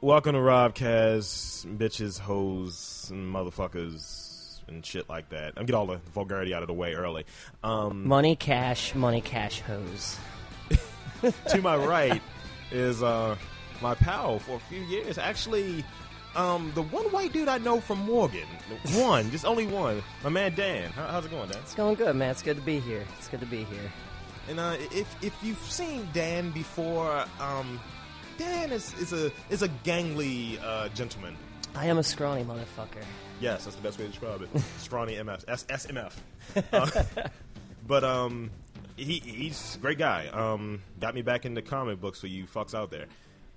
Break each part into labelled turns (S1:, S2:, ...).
S1: Welcome to Robcast, bitches, hoes, and motherfuckers, and shit like that. I'm get all the vulgarity out of the way early. Um,
S2: Money, cash, money, cash, hose.
S1: to my right is uh, my pal for a few years. Actually, um, the one white dude I know from Morgan. One, just only one. My man Dan. How, how's it going, Dan?
S2: It's going good, man. It's good to be here. It's good to be here.
S1: And uh, if if you've seen Dan before, um, Dan is, is a is a gangly uh, gentleman.
S2: I am a scrawny motherfucker.
S1: Yes, that's the best way to describe it. Strawny MF, S- SMF. Uh, but um, he he's a great guy. Um, got me back into comic books for you fucks out there.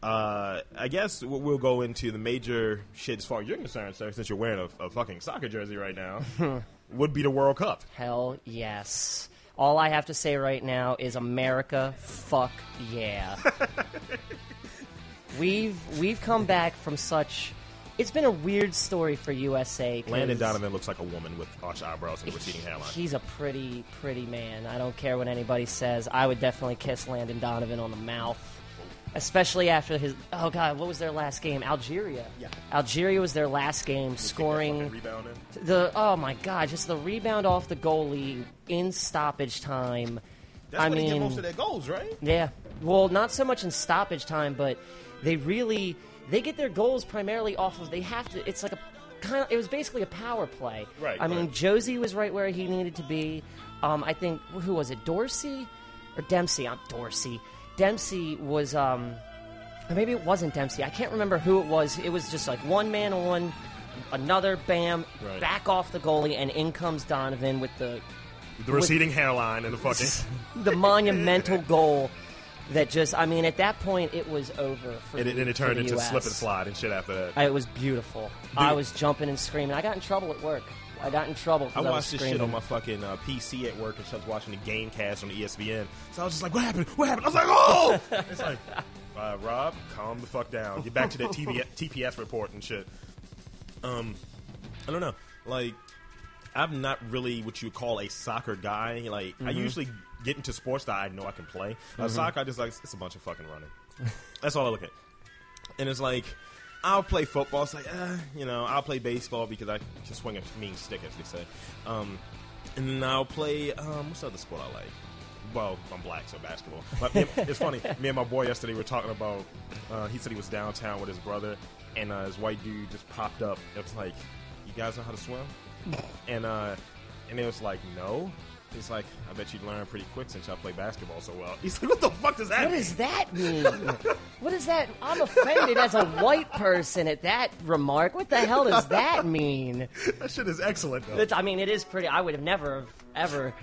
S1: Uh, I guess we'll we'll go into the major shit as far as you're concerned, sir. Since you're wearing a, a fucking soccer jersey right now, would be the World Cup.
S2: Hell yes. All I have to say right now is America, fuck yeah. we've we've come back from such. It's been a weird story for USA. 'cause
S1: Landon Donovan looks like a woman with arched eyebrows and a receding hairline.
S2: He's a pretty, pretty man. I don't care what anybody says. I would definitely kiss Landon Donovan on the mouth. Especially after his. Oh, God, what was their last game? Algeria.
S1: Yeah.
S2: Algeria was their last game,
S1: Fucking
S2: scoring
S1: rebounding.
S2: the. Oh, my God, just the rebound off the goalie in stoppage time.
S1: That's
S2: I
S1: when
S2: mean,
S1: they get most of their goals, right?
S2: yeah. Well, not so much in stoppage time, but they really they get their goals primarily off of they have to. It's like a kind of it was basically a power play.
S1: Right,
S2: I mean,
S1: right.
S2: Josie was right where he needed to be. Um, I think who was it, Dorsey or Dempsey? Not Dorsey. Dempsey was. Um, or maybe it wasn't Dempsey. I can't remember who it was. It was just like one man on, another bam,
S1: Right.
S2: back off the goalie, and in comes Donovan with the
S1: The receding hairline and the fucking.
S2: the monumental goal that just I mean at that point it was over for
S1: And it,
S2: the-
S1: and it
S2: for
S1: turned
S2: the
S1: into
S2: US.
S1: slip and slide and shit after that.
S2: I- it was beautiful. I was jumping and screaming. I got in trouble at work. I got in trouble. 'cause
S1: I
S2: was
S1: watched this shit
S2: screaming.
S1: on my fucking uh, PC at work and started watching the game cast on E the ESPN. So I was just like, what happened? What happened? I was like, oh! it's like, uh, Rob, calm the fuck down. Get back to that TV, TPS report and shit. Um, I don't know. Like, I'm not really what you would call a soccer guy. Like, I
S2: Mm-hmm.
S1: usually get into sports that I know I can play. Uh, soccer, I just like, it's a bunch of fucking running. That's all I look at. And it's like, I'll play football. It's like, uh, you know, I'll play baseball because I can swing a mean stick, as they say. Um, and then I'll play, um, what's the other sport I like? Well, I'm black, so basketball. But me- it's funny. Me and my boy yesterday were talking about, uh, he said he was downtown with his brother, and uh, his white dude just popped up. It was like, you guys know how to swim? And, uh, and it was like, no. He's like, I bet you'd learn pretty quick since y'all play basketball so well. He's like, what the fuck does that
S2: What
S1: mean?
S2: does that mean? what is that? I'm offended as a white person at that remark. What the hell does that mean?
S1: that shit is excellent, though.
S2: It's, I mean, it is pretty. I would have never have ever.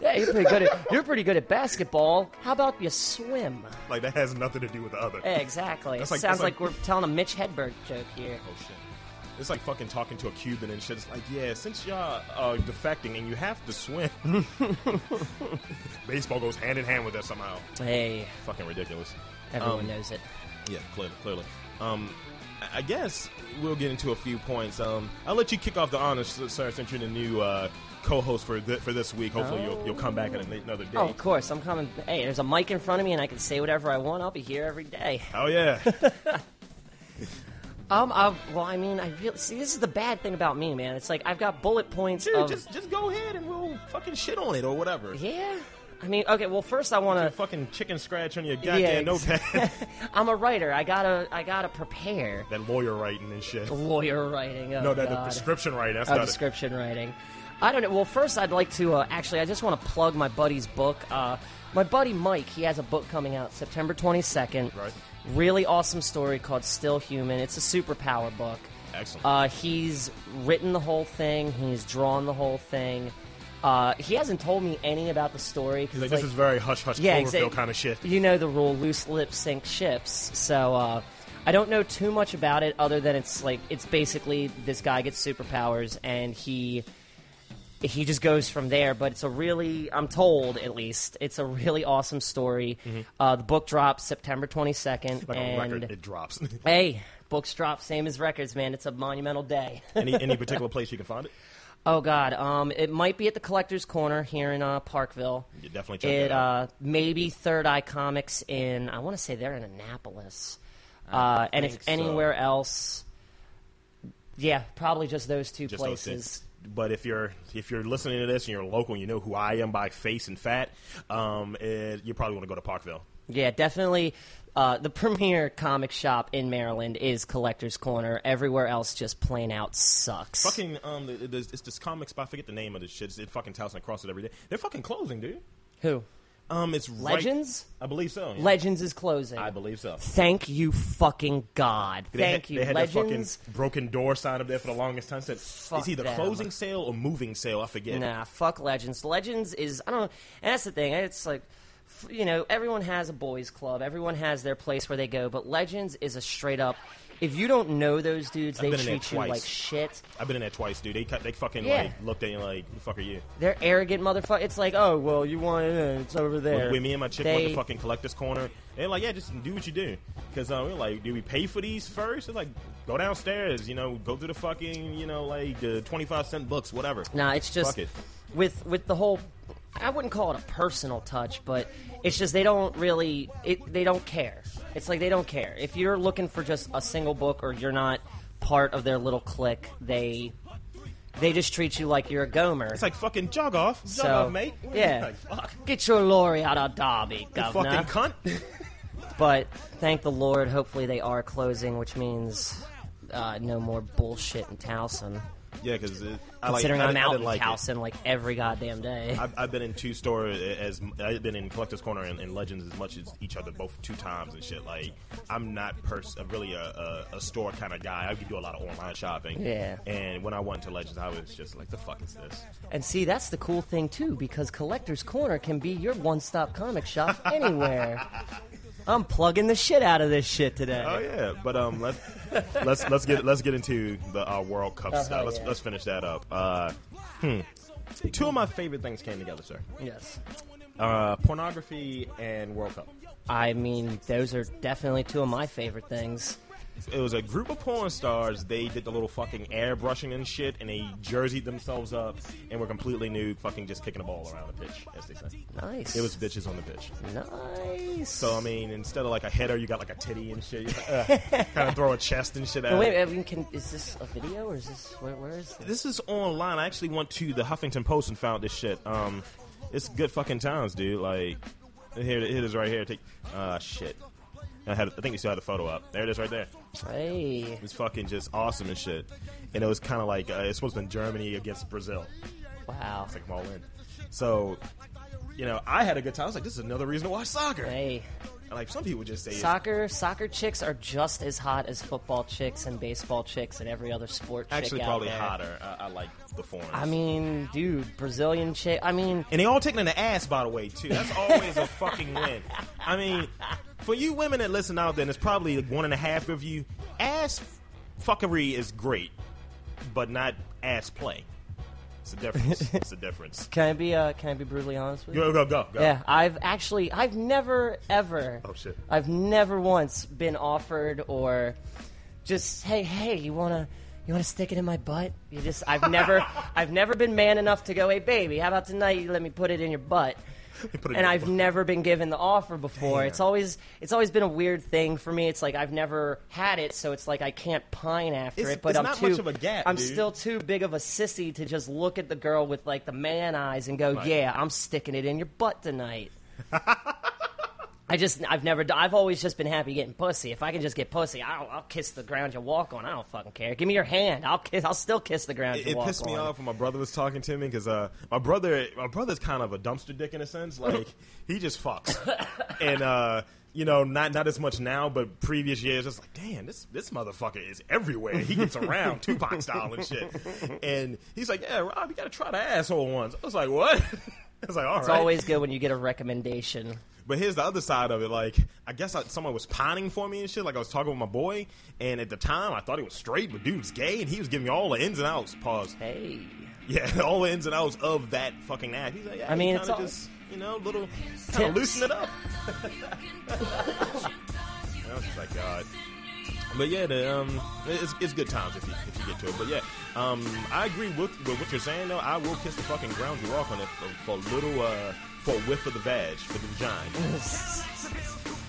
S2: Yeah, you're pretty good at you're pretty good at basketball. How about you swim?
S1: Like, that has nothing to do with the other.
S2: Yeah, exactly.
S1: That's
S2: it
S1: like-
S2: sounds
S1: that's like-
S2: like, we're telling a Mitch Hedberg joke here.
S1: Oh shit. It's like fucking talking to a Cuban and shit. It's like, yeah, since y'all are defecting and you have to swim, baseball goes hand in hand with that somehow.
S2: Hey,
S1: Fucking ridiculous.
S2: everyone
S1: Um,
S2: knows it.
S1: Yeah, clearly, clearly. Um, I- I guess we'll get into a few points. Um, I'll let you kick off the honors, sir, since you're the new uh, co-host for th- for this week. Hopefully, you'll you'll come back in another day.
S2: Oh, of course, I'm coming. Hey, there's a mic in front of me, and I can say whatever I want. I'll be here every day.
S1: Oh, yeah.
S2: Um, I, well, I mean, I really see this is the bad thing about me, man. It's like I've got bullet points
S1: Dude,
S2: of
S1: just just go ahead and we'll fucking shit on it or whatever.
S2: Um, yeah. I mean, okay. Well, first I want to.
S1: Fucking chicken scratch on your goddamn
S2: ex-
S1: notepad.
S2: I'm a writer. I gotta. I gotta prepare.
S1: that lawyer writing and shit.
S2: Lawyer writing. Oh,
S1: No, that the
S2: God.
S1: prescription right. That's
S2: Oh,
S1: not it.
S2: description writing. I don't know. Well, first, I'd like to uh, actually, I just want to plug my buddy's book. Uh, my buddy Mike, he has a book coming out September 22nd.
S1: Right.
S2: Really awesome story called Still Human. It's a superpower book.
S1: Excellent.
S2: Uh, he's written the whole thing, he's drawn the whole thing. Uh, he hasn't told me any about the story because
S1: Like, this is very hush hush
S2: yeah,
S1: Cloverfield
S2: exact-
S1: kind of shit.
S2: You know the rule: loose lips sink ships. So uh, I don't know too much about it, other than it's like it's basically this guy gets superpowers and he he just goes from there. But it's a really, I'm told at least, it's a really awesome story. Uh, the book drops September 22nd,
S1: Mm-hmm. Like
S2: and
S1: on record, it drops.
S2: hey, books drop same as records, man. It's a monumental day.
S1: any any particular place you can find it?
S2: Oh God, um, it might be at the Collector's Corner here in uh, Parkville.
S1: You definitely check
S2: it.
S1: that out.
S2: Uh, maybe Third Eye Comics in I want to say they're in Annapolis.
S1: Ah,
S2: Uh, and if
S3: think so.
S2: anywhere else, yeah, probably just those two
S1: just those
S2: places.
S1: things. But if you're if you're listening to this and you're local and you know who I am by face and fat, um, it, you probably want to go to Parkville.
S2: Yeah, definitely. Uh, the premier comic shop in Maryland is Collector's Corner. Everywhere else, just plain out sucks.
S1: Fucking um, it- it- it's this comic spot. I forget the name of this shit. It's it fucking touts and across it every day. They're fucking closing, dude.
S2: Who?
S1: Um, it's right-
S2: Legends?
S1: I believe so. yeah.
S2: Legends is closing.
S1: I believe so.
S2: Thank you, fucking God.
S1: They
S2: Thank
S1: had,
S2: you,
S1: They had
S2: Legends.
S1: that fucking broken door sign up there for the longest time. Said
S2: Fuck
S1: it's either
S2: them.
S1: closing sale or moving sale. I forget.
S2: Nah, fuck Legends. Legends is I don't know, and that's the thing. It's like f- you know, everyone has a boys' club. Everyone has their place where they go, but Legends is a straight up. If you don't know those dudes, they
S1: been in there
S2: treat you
S1: twice.
S2: like shit.
S1: I've been in there twice, dude. They cut. They fucking
S2: Yeah.
S1: like looked at you like, "Who the fuck are you?"
S2: They're arrogant motherfuckers. It's like, oh well, you want it? It's over there.
S1: When, when me and my chick
S2: they,
S1: went to fucking collector's corner, they're like, "Yeah, just do what you do." Because um, we're like, "Do we pay for these first? It's like, go downstairs, you know, go to the fucking, you know, like the twenty-five cent books, whatever.
S2: Nah, it's just
S1: Fuck it.
S2: with with the whole. I wouldn't call it a personal touch, but it's just they don't really. It, they don't care. It's like they don't care. If you're looking for just a single book, or you're not part of their little clique, they they just treat you like you're a gomer.
S1: It's like fucking jog off, jog
S2: so
S1: off, mate. What are you-
S2: yeah,
S1: like, fuck,
S2: get your lorry out of Derby,
S1: you
S2: governor.
S1: fucking cunt.
S2: But thank the Lord, hopefully they are closing, which means uh, no more bullshit in Towson.
S1: yeah, because I like.
S2: Considering
S1: I
S2: I'm
S1: didn't- I
S2: out
S1: didn't
S2: in
S1: like it.
S2: Towson like every goddamn day.
S1: I've, I've been in two store as I've been in Collector's Corner and, and Legends as much as each other both two times and shit. Like I'm not pers- uh, really a, a, a store kind of guy. I could do a lot of online shopping.
S2: Yeah.
S1: And when I went to Legends, I was just like, the fuck is this?
S2: And see, that's the cool thing too, because Collector's Corner can be your one-stop comic shop anywhere. I'm plugging the shit out of this shit today.
S1: Oh yeah. But um, let's let's let's get let's get into the uh, World Cup
S2: Uh-huh,
S1: stuff. Let's
S2: yeah.
S1: let's finish that up. Uh, hmm. Two of my favorite things came together, sir.
S2: Yes.
S1: Uh, pornography and World Cup.
S2: I mean, those are definitely two of my favorite things.
S1: it was a group of porn stars. They did the little fucking airbrushing and shit, and they jerseyed themselves up and were completely nude, fucking just kicking a ball around the pitch, as they say.
S2: Nice.
S1: It was bitches on the pitch.
S2: nice.
S1: So I mean, instead of like a header, you got like a titty and shit. kind of throw a chest and shit. At
S2: But
S1: it.
S2: wait, I mean, can, is this a video or is this where, where is this?
S1: This is online. I actually went to the Huffington Post and found this shit. Um, it's good fucking times, dude. Like, here, here it is right here. Take, ah, shit. I had, I think we still had the photo up. There it is, right there.
S2: Hey,
S1: It's fucking just awesome and shit. And it was kind of like uh, it's supposed to be Germany against Brazil.
S2: wow.
S1: It's like I'm all in. So, you know, I had a good time. I was like, this is another reason to watch soccer.
S2: Hey,
S1: And, like some people just say, it's-
S2: soccer soccer chicks are just as hot as football chicks and baseball chicks and every other sport. chick
S1: actually
S2: out
S1: probably
S2: there.
S1: hotter. I, I like the forms.
S2: I mean, dude, Brazilian chick. I mean,
S1: and they all taking in the ass, by the way, too. That's always a fucking win. I mean, for you women that listen out, then it's probably like one and a half of you. Ass fuckery is great, but not ass play. It's a difference. it's a difference.
S2: can I be uh, can I be brutally honest with you?
S1: Go go go go.
S2: Yeah, I've actually I've never ever
S1: Oh, shit.
S2: I've never once been offered or just hey hey you wanna you wanna stick it in my butt? You just I've never I've never been man enough to go hey baby how about tonight you let me put it in your butt.
S1: Put it in
S2: and
S1: your
S2: I've
S1: butt.
S2: never been given the offer before.
S1: Damn.
S2: It's always it's always been a weird thing for me. It's like I've never had it, so it's like I can't pine after
S1: It's-
S2: it. But
S1: it's
S2: I'm
S1: not
S2: too
S1: much of a gap,
S2: I'm
S1: dude.
S2: still too big of a sissy to just look at the girl with like the man eyes and go,
S1: Right.
S2: "Yeah, I'm sticking it in your butt tonight." I just I've never d- I've always just been happy getting pussy. If I can just get pussy, I'll, I'll kiss the ground you walk on. I don't fucking care. Give me your hand. I'll kiss. I'll still kiss the ground
S1: it,
S2: you
S1: it
S2: walk
S1: pissed me
S2: on.
S1: off when my brother was talking to me because uh, my brother, my brother's kind of a dumpster dick in a sense. Like he just fucks, and uh, you know, not not as much now, but previous years, it's like, damn, this this motherfucker is everywhere. He gets around Tupac style and shit. And he's like, yeah, Rob, you got to try the asshole once. I was like, what? I was like, all
S2: It's always good when you get a recommendation.
S1: but here's the other side of it. Like, I guess I, someone was pining for me and shit. Like, I was talking with my boy, and at the time, I thought he was straight, but dude's gay, and he was giving me all the ins and outs. Pause.
S2: Hey,
S1: Yeah, all the ins and outs of that fucking act. He's like, yeah,
S2: I mean,
S1: you
S2: it's
S1: kinda
S2: all-
S1: just you know, little kind of
S2: Tips.
S1: loosen it up. And I was just like, God. But yeah, the, um, it's, it's good times if you, if you get to it. But yeah, um, I agree with, with what you're saying though. I will kiss the fucking ground you walk on it for, for a little uh, for a whiff of the badge for the vagina.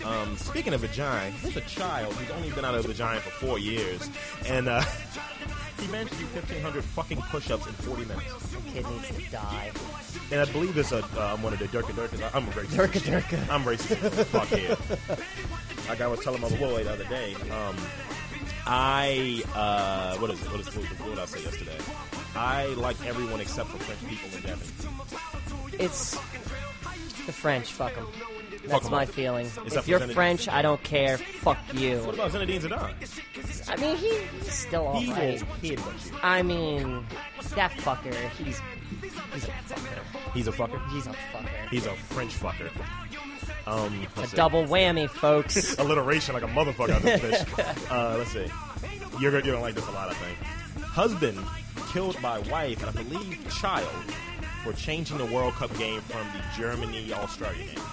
S1: Um, speaking of a giant, there's a child who's only been out of a vagina for four years, and uh, he managed to do 1,500 fucking push-ups in 40 minutes.
S2: Kid needs to die.
S1: And I believe it's a uh, I'm one of the Durka Durkas. I'm a racist.
S2: Durka
S1: Shit.
S2: Durka.
S1: I'm racist. Fuck yeah. Like I was telling my boy the other day, um, I uh, what is it? What is what, what did I say yesterday? I like everyone except for French people and Japanese.
S2: It's the French. Fuck them. That's
S1: 'em.
S2: my feeling.
S1: that
S2: if you're
S1: percentage?
S2: French, I don't care. Fuck you.
S1: What about Zinedine Zidane?
S2: I mean, he, he's still
S1: He will head
S2: alright.
S1: what you.
S2: I mean, that fucker. He's he's a fucker.
S1: He's a fucker.
S2: He's a fucker.
S1: He's a French fucker. Um,
S2: a
S1: let's see.
S2: double whammy, folks.
S1: alliteration like a motherfucker out this bitch. Uh, let's see. You're, gonna- you're gonna like this a lot, I think. Husband killed by wife and I believe child for changing the World Cup game from the Germany Australia game.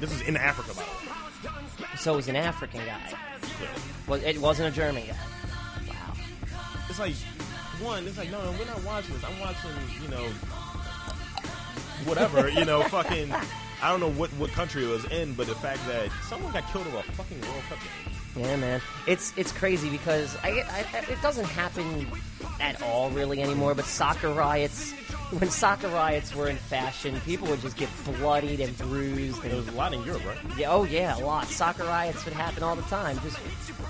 S1: This is in Africa, by the way.
S2: so it was an African guy.
S1: clearly.
S2: Was it wasn't a German guy?
S1: It's like one. It's like no, no, we're not watching this. I'm watching, you know, whatever. you know, fucking. I don't know what what country it was in, but the fact that someone got killed over a fucking World Cup game.
S2: Yeah, man. It's it's crazy because I, I, it doesn't happen at all really anymore. But soccer riots, when soccer riots were in fashion, people would just get bloodied and bruised.
S1: There
S2: And,
S1: was a lot in Europe, right?
S2: yeah, oh yeah, a lot. Soccer riots would happen all the time. Just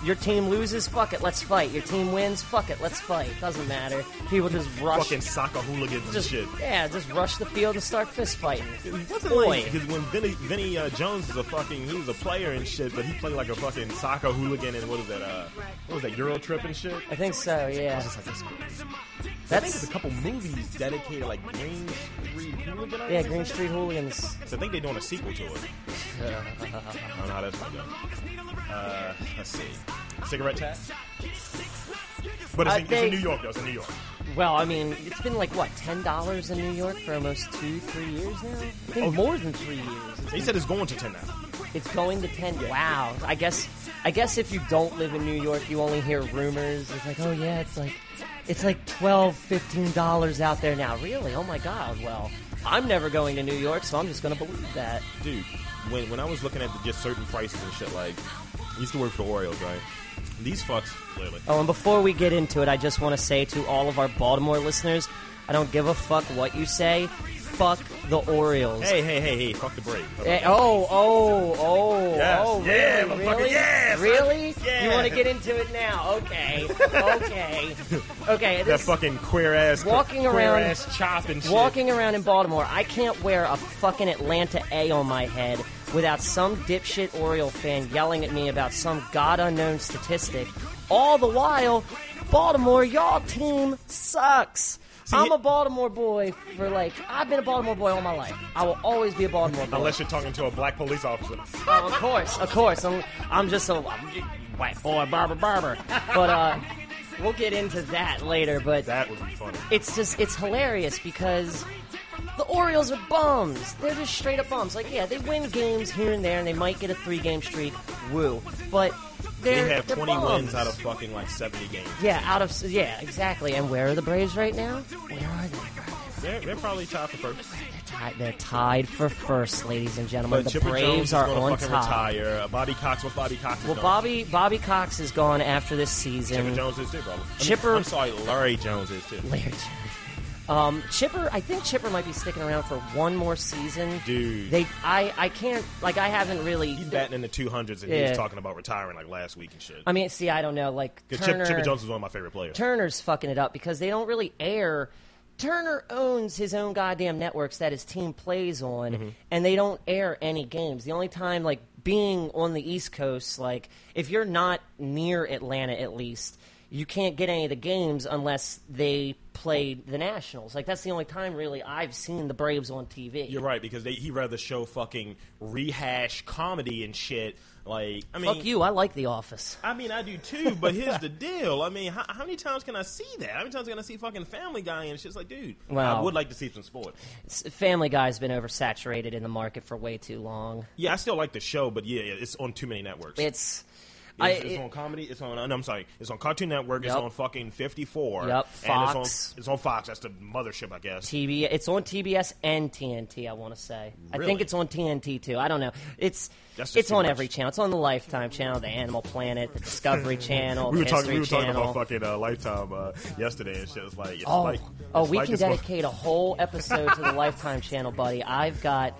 S2: your team loses, fuck it, let's fight. Your team wins, fuck it, let's fight. Doesn't matter. People just rush.
S1: Fucking soccer hooligans and
S2: just,
S1: shit.
S2: Yeah, just rush the field and start fist fighting.
S1: It wasn't
S2: Boy.
S1: like because when Vinny, Vinny uh, Jones is a fucking he was a player and shit, but he played like a fucking soccer hooligan and what is that? Uh, what was that Euro trip and shit?
S2: I think so, yeah.
S1: It's like this crazy. I think there's
S2: That's
S1: a couple movies dedicated like Green Street hooligan.
S2: yeah, Green Street Hooligans.
S1: So I think they're doing a sequel to it. I don't know how that's gonna go. Uh, let's see, cigarette tax. But it's,
S2: I
S1: in, it's in
S2: think-
S1: New York though. It's in New York.
S2: Well, I mean, it's been like what ten dollars in New York for almost two, three years now. I think more than three years.
S1: They said it's going to ten now.
S2: It's going to ten. Wow. I guess. I guess if you don't live in New York, you only hear rumors. It's like, oh yeah, it's like, it's like twelve, fifteen dollars out there now. Really? Oh my God. Well, I'm never going to New York, so I'm just going to believe that.
S1: dude, when when I was looking at the, just certain prices and shit, like I used to work for the Orioles, right? These fucks, clearly.
S2: Oh, and before we get into it, I just want to say to all of our Baltimore listeners, I don't give a fuck what you say. Fuck the Orioles.
S1: Hey, hey, hey, hey! Fuck the Braves.
S2: Eh, oh, oh, oh,
S1: Yes.
S2: oh, really,
S1: Yeah, motherfucker,
S2: really?
S1: yes.
S2: Really?
S1: Yeah.
S2: You want to get into it now? Okay, okay, okay.
S1: that
S2: This,
S1: fucking queer ass,
S2: Walking
S1: queer
S2: around-
S1: ass chop and shit.
S2: walking around in Baltimore, I can't wear a fucking Atlanta A on my head without some dipshit Oriole fan yelling at me about some god unknown statistic. All the while, Baltimore, y'all team sucks. I'm
S1: y-
S2: a Baltimore boy for like I've been a Baltimore boy all my life. I will always be a Baltimore boy.
S1: Unless you're talking to a black police officer.
S2: Oh, of course, of course. I'm, I'm just a I'm white boy, barber, barber. But uh, we'll get into that later. But
S1: That would be funny.
S2: it's just it's hilarious because the Orioles are bums. They're just straight up bums. Like yeah, they win games here and there, and they might get a three game streak. Woo! But they're,
S1: They have
S2: they're
S1: 20
S2: bums.
S1: wins out of fucking like 70 games.
S2: yeah, out of yeah, exactly. And where are the Braves right now? Where are they?
S1: They're, they're probably tied for first.
S2: They're tied, they're tied for first, ladies and
S1: But
S2: gentlemen. the
S1: Chipper Jones
S2: Braves
S1: is
S2: are
S1: gonna
S2: on
S1: fucking
S2: top.
S1: retire. Uh, Bobby Cox, what's Bobby Cox? is
S2: Well,
S1: gone.
S2: Bobby Bobby Cox is gone after this
S1: Chipper
S2: season.
S1: Jones is too, bro.
S2: Chipper-
S1: I'm sorry, Larry Jones is too.
S2: Larry Jones. Um, Chipper, I think Chipper might be sticking around for one more season.
S1: Dude.
S2: they, I, I can't, like, I haven't really.
S1: He's batting in the 200s, and he
S2: Yeah.
S1: was talking about retiring like last week and shit.
S2: I mean, see, I don't know, like
S1: 'Cause
S2: Turner.
S1: Chip, Chipper Jones is one of my favorite players.
S2: Turner's fucking it up because they don't really air. Turner owns his own goddamn networks that his team plays on,
S1: Mm-hmm.
S2: and they don't air any games. The only time, like, being on the East Coast, like, if you're not near Atlanta at least, you can't get any of the games unless they play the Nationals. Like, that's the only time, really, I've seen the Braves on TV.
S1: You're right because they, he rather show fucking rehash comedy and shit. Like, I mean,
S2: Fuck you, I like The Office.
S1: I mean, I do too. But here's the deal. I mean, how, how many times can I see that? How many times can I see fucking Family Guy and shit? It's like, dude, I
S2: Wow.
S1: would like to see some sports.
S2: S- Family Guy's been oversaturated in the market for way too long.
S1: Yeah, I still like the show, but yeah, yeah, it's on too many networks.
S2: It's I-
S1: It's, it's
S2: it-
S1: on comedy. It's on. I'm sorry. It's on Cartoon Network. It's
S2: Yep.
S1: on fucking 54.
S2: Yep,
S1: And it's
S2: Fox.
S1: on, it's on Fox. That's the mothership, I guess.
S2: TV. It's on TBS and TNT. I want to say. I
S1: Really?
S2: think it's on TNT too. I don't know. It's
S1: That's just
S2: it's
S1: too
S2: on
S1: much.
S2: every channel. It's on the Lifetime channel, the Animal Planet, the Discovery Channel,
S1: we were
S2: the
S1: talking.
S2: History
S1: We were talking
S2: Channel.
S1: about fucking uh, Lifetime uh, yesterday and shit. It's like, it's
S2: oh,
S1: like,
S2: oh,
S1: it's
S2: we
S1: like
S2: can
S1: it's mo-
S2: dedicate a whole episode to the Lifetime channel, buddy. I've got,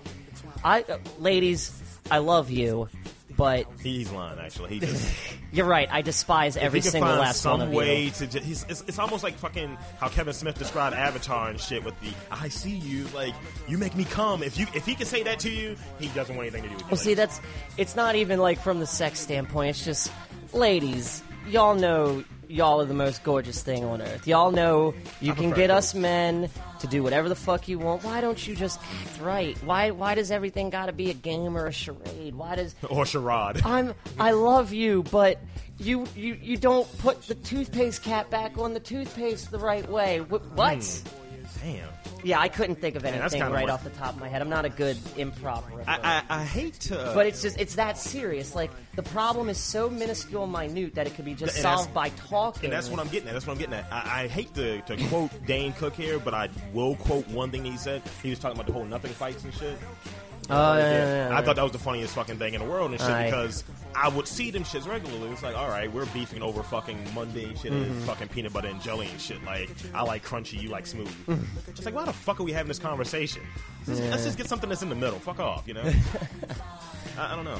S2: I uh, ladies, I love you, but
S1: He's lying. Actually, he just.
S2: you're right. I despise every
S1: he can
S2: single
S1: find
S2: last
S1: some
S2: one of
S1: way
S2: you.
S1: to just, he's, it's, it's almost like fucking how Kevin Smith described Avatar and shit with the I see you like you make me come if you if he can say that to you he doesn't want anything to do with you
S2: Well, see, that's it's not even like from the sex standpoint. It's just, ladies, y'all know y'all are the most gorgeous thing on earth. Y'all know you
S1: I
S2: can
S1: prefer
S2: get
S1: those.
S2: us men to do whatever the fuck you want. Why don't you just act right? Why why does everything got to be a game or a charade? Why does
S1: or charade
S2: I'm I love you, but you you you don't put the toothpaste cap back on the toothpaste the right way. Wh- What?
S1: damn
S2: Yeah, I couldn't think of
S1: Hmm. that's
S2: anything
S1: kinda
S2: right
S1: what-
S2: off the top of my head. I'm not a good improv. Rapper.
S1: I, I I hate to
S2: but it's just it's that serious. Like the problem is so minuscule, minute that it could be just
S1: And that's-
S2: solved by talking.
S1: and that's what I'm getting at. That's what I'm getting at. I, I hate to, to quote Dane Cook here, but I will quote one thing he said. He was talking about the whole nothing fights and shit.
S2: Oh, yeah,
S1: Like,
S2: yeah, yeah, yeah.
S1: I thought that was the funniest fucking thing in the world and shit
S2: Aye.
S1: because I would see them shits regularly. It's like, all right, we're beefing over fucking mundane shit
S2: Mm-hmm.
S1: and fucking peanut butter and jelly and shit. Like, I like crunchy, you like smooth.
S2: Mm-hmm.
S1: it's like, why the fuck are we having this conversation? Let's, just- let's just get something that's in the middle. Fuck off, you know? I, I don't know.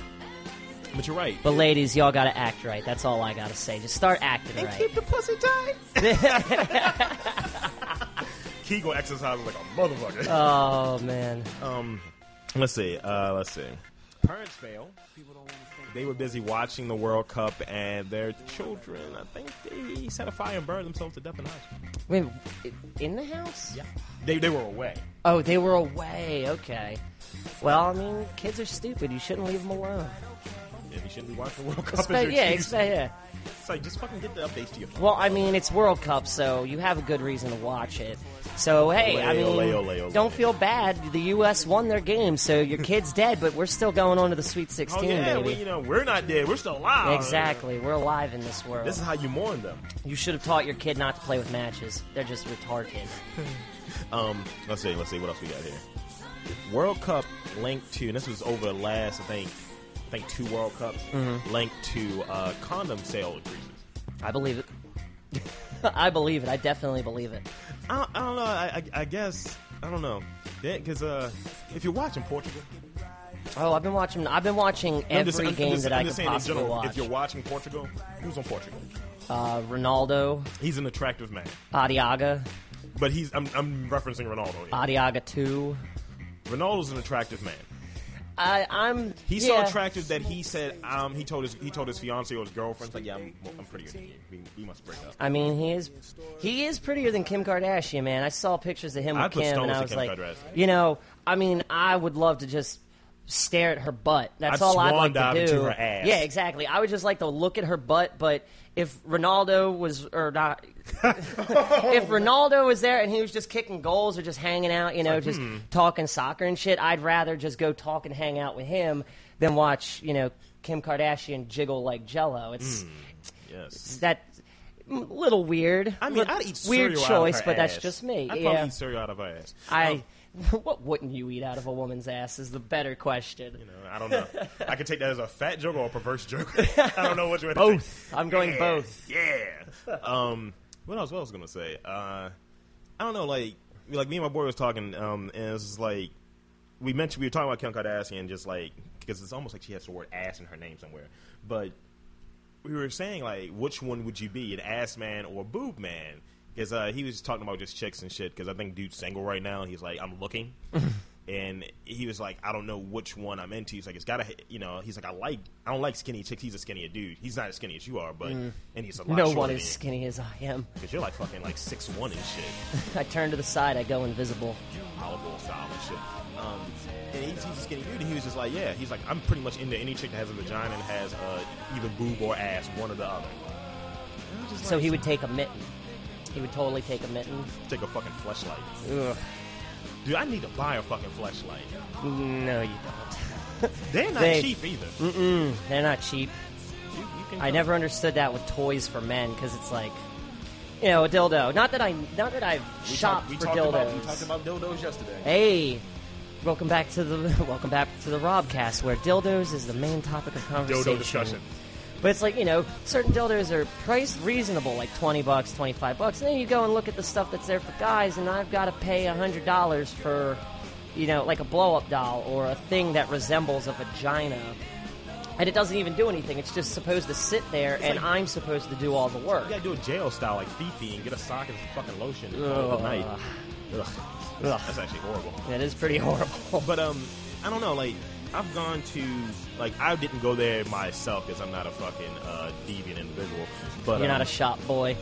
S1: But you're right.
S2: But ladies, y'all gotta act right. That's all I gotta say. Just start acting
S1: and
S2: right.
S1: keep the pussy tight. Kegel exercises like a motherfucker.
S2: oh man.
S1: Let's see. Uh, let's see. Parents fail. They were busy watching the World Cup, and their children, I think, they set a fire and burned themselves to death in the house.
S2: Wait, in the house?
S1: They, they were away.
S2: Oh, they were away. Okay. Well, I mean, kids are stupid. You shouldn't leave them alone.
S1: And you shouldn't be watching the World Cup. as
S2: Expe-
S1: your
S2: yeah,
S1: excuse.
S2: expe- yeah.
S1: It's like, just fucking get the updates to your phone.
S2: Well, I mean, it's World Cup, so you have a good reason to watch it. So hey, I
S1: Ole,
S2: mean,
S1: ole, ole, ole.
S2: don't feel bad. The U.S. won their game, so your kid's dead, but we're still going on to the Sweet
S1: oh,
S2: 16,
S1: yeah,
S2: baby.
S1: we, you know, we're not dead. We're still alive.
S2: Exactly, we're alive in this world.
S1: This is how you mourn them.
S2: you should have taught your kid not to play with matches. They're just retarded.
S1: Um, let's see. Let's see what else we got here. World Cup linked to, and this was over last, I think, I think two World Cups,
S2: Mm-hmm.
S1: linked to uh, condom sale increases.
S2: I believe it. I believe it. I definitely believe it.
S1: I don't, I don't know. I, I, I guess I don't know. Because uh, if you're watching Portugal,
S2: Oh, I've been watching. I've been watching
S1: I'm just-
S2: every
S1: I'm
S2: game
S1: just-
S2: that
S1: I'm
S2: I
S1: just
S2: could
S1: saying in
S2: possibly
S1: general,
S2: watch.
S1: If you're watching Portugal, who's on Portugal?
S2: uh, Ronaldo,
S1: He's an attractive man,
S2: Adiaga,
S1: but he's I'm, I'm referencing Ronaldo. Here.
S2: Adiaga two.
S1: Ronaldo's an attractive man.
S2: I, I'm.
S1: He's
S2: yeah.
S1: so attractive that he said um, he told his he told his fiance or his girlfriend like yeah I'm, I'm prettier than you. We, we must break up.
S2: I mean, he is he is prettier than Kim Kardashian, man. I saw pictures of him
S1: I'd
S2: with
S1: put
S2: Kim,
S1: stones
S2: and I
S1: in
S2: was
S1: Kim
S2: like,
S1: Kardashian.
S2: you know, I mean, I would love to just stare at her butt. That's
S1: I'd
S2: all I'd
S1: swan
S2: like
S1: dive
S2: to
S1: into
S2: do.
S1: her ass.
S2: Yeah, exactly. I would just like to look at her butt. But if Ronaldo was or not, if Ronaldo was there and he was just kicking goals or just hanging out, you know, just
S1: Hmm.
S2: talking soccer and shit, I'd rather just go talk and hang out with him than watch, you know, Kim Kardashian jiggle like Jello. It's
S1: Yes.
S2: that m- little weird.
S1: I mean,
S2: Look,
S1: I'd eat cereal
S2: weird
S1: out of
S2: choice,
S1: her
S2: but that's
S1: ass.
S2: just me.
S1: I'd
S2: yeah,
S1: probably eat cereal out of her ass.
S2: I. what wouldn't you eat out of a woman's ass is the better question.
S1: You know, I don't know. I could take that as a fat joke or a perverse joke. I don't know which way. to take.
S2: I'm going
S1: Yeah,
S2: both.
S1: Yeah. um, what else? What else was I gonna say? Uh, I don't know. Like, like me and my boy was talking, um, and it was just like we mentioned we were talking about Kim Kardashian, just like because it's almost like she has the word ass in her name somewhere. But we were saying like, which one would you be, an ass man or a boob man? Because uh, he was talking about just chicks and shit. Because I think dude's single right now. And he's like, I'm looking. And he was like, I don't know which one I'm into. He's like, it's gotta, you know. He's like, I like, I don't like skinny chicks. He's a skinnier dude. He's not as skinny as you are, but and he's a lot
S2: Mm. No
S1: shorter
S2: one
S1: than
S2: is
S1: you.
S2: skinny as I am.
S1: Cause you're like fucking like six one and shit,
S2: I turn to the side, I go invisible.
S1: olive oil style and shit. Um, and he's, he's a skinny dude, and he was just like, yeah, he's like, I'm pretty much into any chick that has a vagina and has uh, either boob or ass, one or the other. And I was just
S2: So
S1: like,
S2: he would take a mitten. He would totally take a mitten.
S1: take a fucking flashlight,
S2: Ugh.
S1: dude. I need to buy a fucking flashlight.
S2: No, you don't.
S1: They're not
S2: They-
S1: cheap either.
S2: They're not cheap.
S1: You, you can
S2: I
S1: come.
S2: never understood that with toys for men because it's like, you know, a dildo. Not that I, not that I've
S1: We talked-
S2: shopped
S1: we
S2: for
S1: talked
S2: dildos.
S1: About, we talked about dildos yesterday.
S2: hey, welcome back to the welcome back to the Robcast, where dildos is the main topic of conversation.
S1: Dildo discussion.
S2: But it's like you know, certain dildos are priced reasonable, like twenty bucks, twenty five bucks. And then you go and look at the stuff that's there for guys, and I've got to pay hundred dollars for, you know, like a blow up doll or a thing that resembles a vagina, and it doesn't even do anything. It's just supposed to sit there, and
S1: like-
S2: I'm supposed to do all the work.
S1: You gotta do a jail style like Fifi and get a sock and some fucking lotion and call it a night. Ugh. That's actually horrible.
S2: That is pretty horrible.
S1: But um, I don't know. Like I've gone to like I didn't go there myself because I'm not a fucking uh, deviant individual. But
S2: You're
S1: um,
S2: not a shop boy.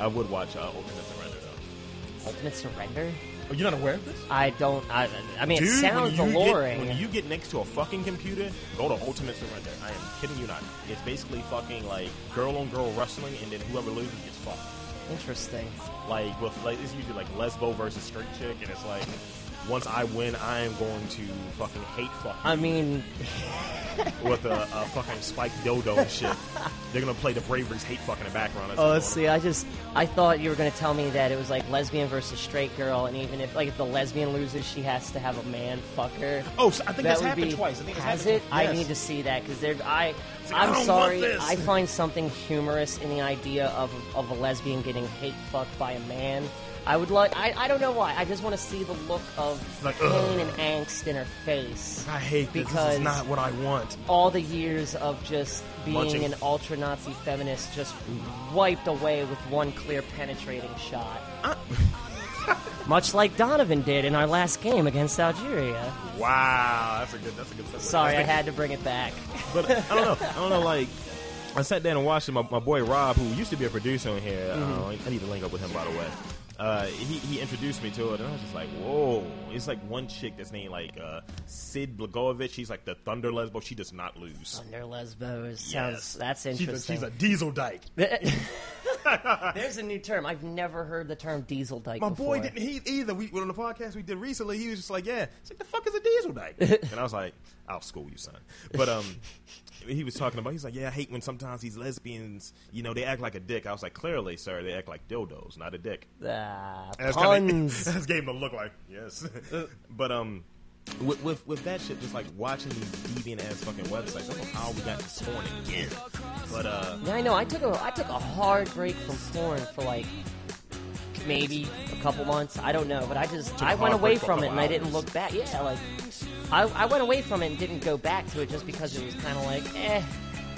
S1: I would watch uh, Ultimate Surrender though.
S2: Ultimate surrender?
S1: Oh, you're not aware of this?
S2: I don't. I, I mean,
S1: Dude,
S2: it sounds
S1: when you
S2: alluring.
S1: Get, when you get next to a fucking computer, go to Ultimate Surrender. I am kidding you not. It's basically fucking like girl on girl wrestling, and then whoever loses gets fucked.
S2: Interesting.
S1: like with like it's usually like lesbo versus straight chick, and it's like once I win, I am going to fucking hate fucking
S2: I mean,
S1: with a, a fucking spiked dodo and shit. They're gonna play the Bravery's hate fucking in the background.
S2: oh, see, I just I thought you were gonna tell me that it was like lesbian versus straight girl, and even if like if the lesbian loses, she has to have a man fuck her.
S1: oh, so I think that's
S2: would
S1: happened
S2: be-
S1: twice. I think it's
S2: has
S1: happened
S2: it?
S1: twice.
S2: I
S1: Yes.
S2: need to see that because there. I
S1: It's like, I
S2: I'm
S1: don't want
S2: sorry.
S1: this.
S2: I find something humorous in the idea of of a lesbian getting hate fucked by a man. I would like. I, I don't know why. I just want to see the look of
S1: Like,
S2: pain
S1: ugh.
S2: and angst in her face.
S1: I hate this. This
S2: because
S1: is not what I want.
S2: all the years of just being
S1: Munching.
S2: an ultra Nazi feminist just wiped away with one clear penetrating shot. Much like Donovan did in our last game against Algeria.
S1: Wow, that's a good. That's a good. segue.
S2: Sorry, I had to bring it back.
S1: but I don't know. I don't know. Like, I sat down and watched it. My, my boy Rob, who used to be a producer on here,
S2: Mm-hmm.
S1: uh, I need to link up with him by the way. Uh, he, he introduced me to it, and I was just like, "Whoa!" It's like one chick that's named like uh, Sid Blagojevich. She's like the Thunder Lesbo. She does not lose.
S2: Under lesbos.
S1: Yes.
S2: Sounds, that's
S1: She's a,
S2: interesting.
S1: she's a diesel dyke.
S2: There's a new term. I've never heard the term diesel dyke
S1: My
S2: before.
S1: boy didn't he either. We on the podcast we did recently. He was just like, "Yeah, it's like the fuck is a diesel dyke?" and I was like, "I'll school you, son." But um, he was talking about. He's like, "Yeah, I hate when sometimes these lesbians, you know, they act like a dick." I was like, "Clearly, sir, they act like dildos, not a dick."
S2: Ah,
S1: And that's kinda,
S2: puns.
S1: that's gave him a look like yes, but um. With, with with that shit, just like watching these deviant ass fucking websites, I don't know how we got this porn again. But uh,
S2: Yeah, I know. I took a I took a hard break from porn for like maybe a couple months. I don't know, but I just
S1: a
S2: I went
S1: hard
S2: away
S1: break for a
S2: from it
S1: couple
S2: and I didn't
S1: hours.
S2: look back. Yeah, like I, I went away from it and didn't go back to it just because it was kind of like eh,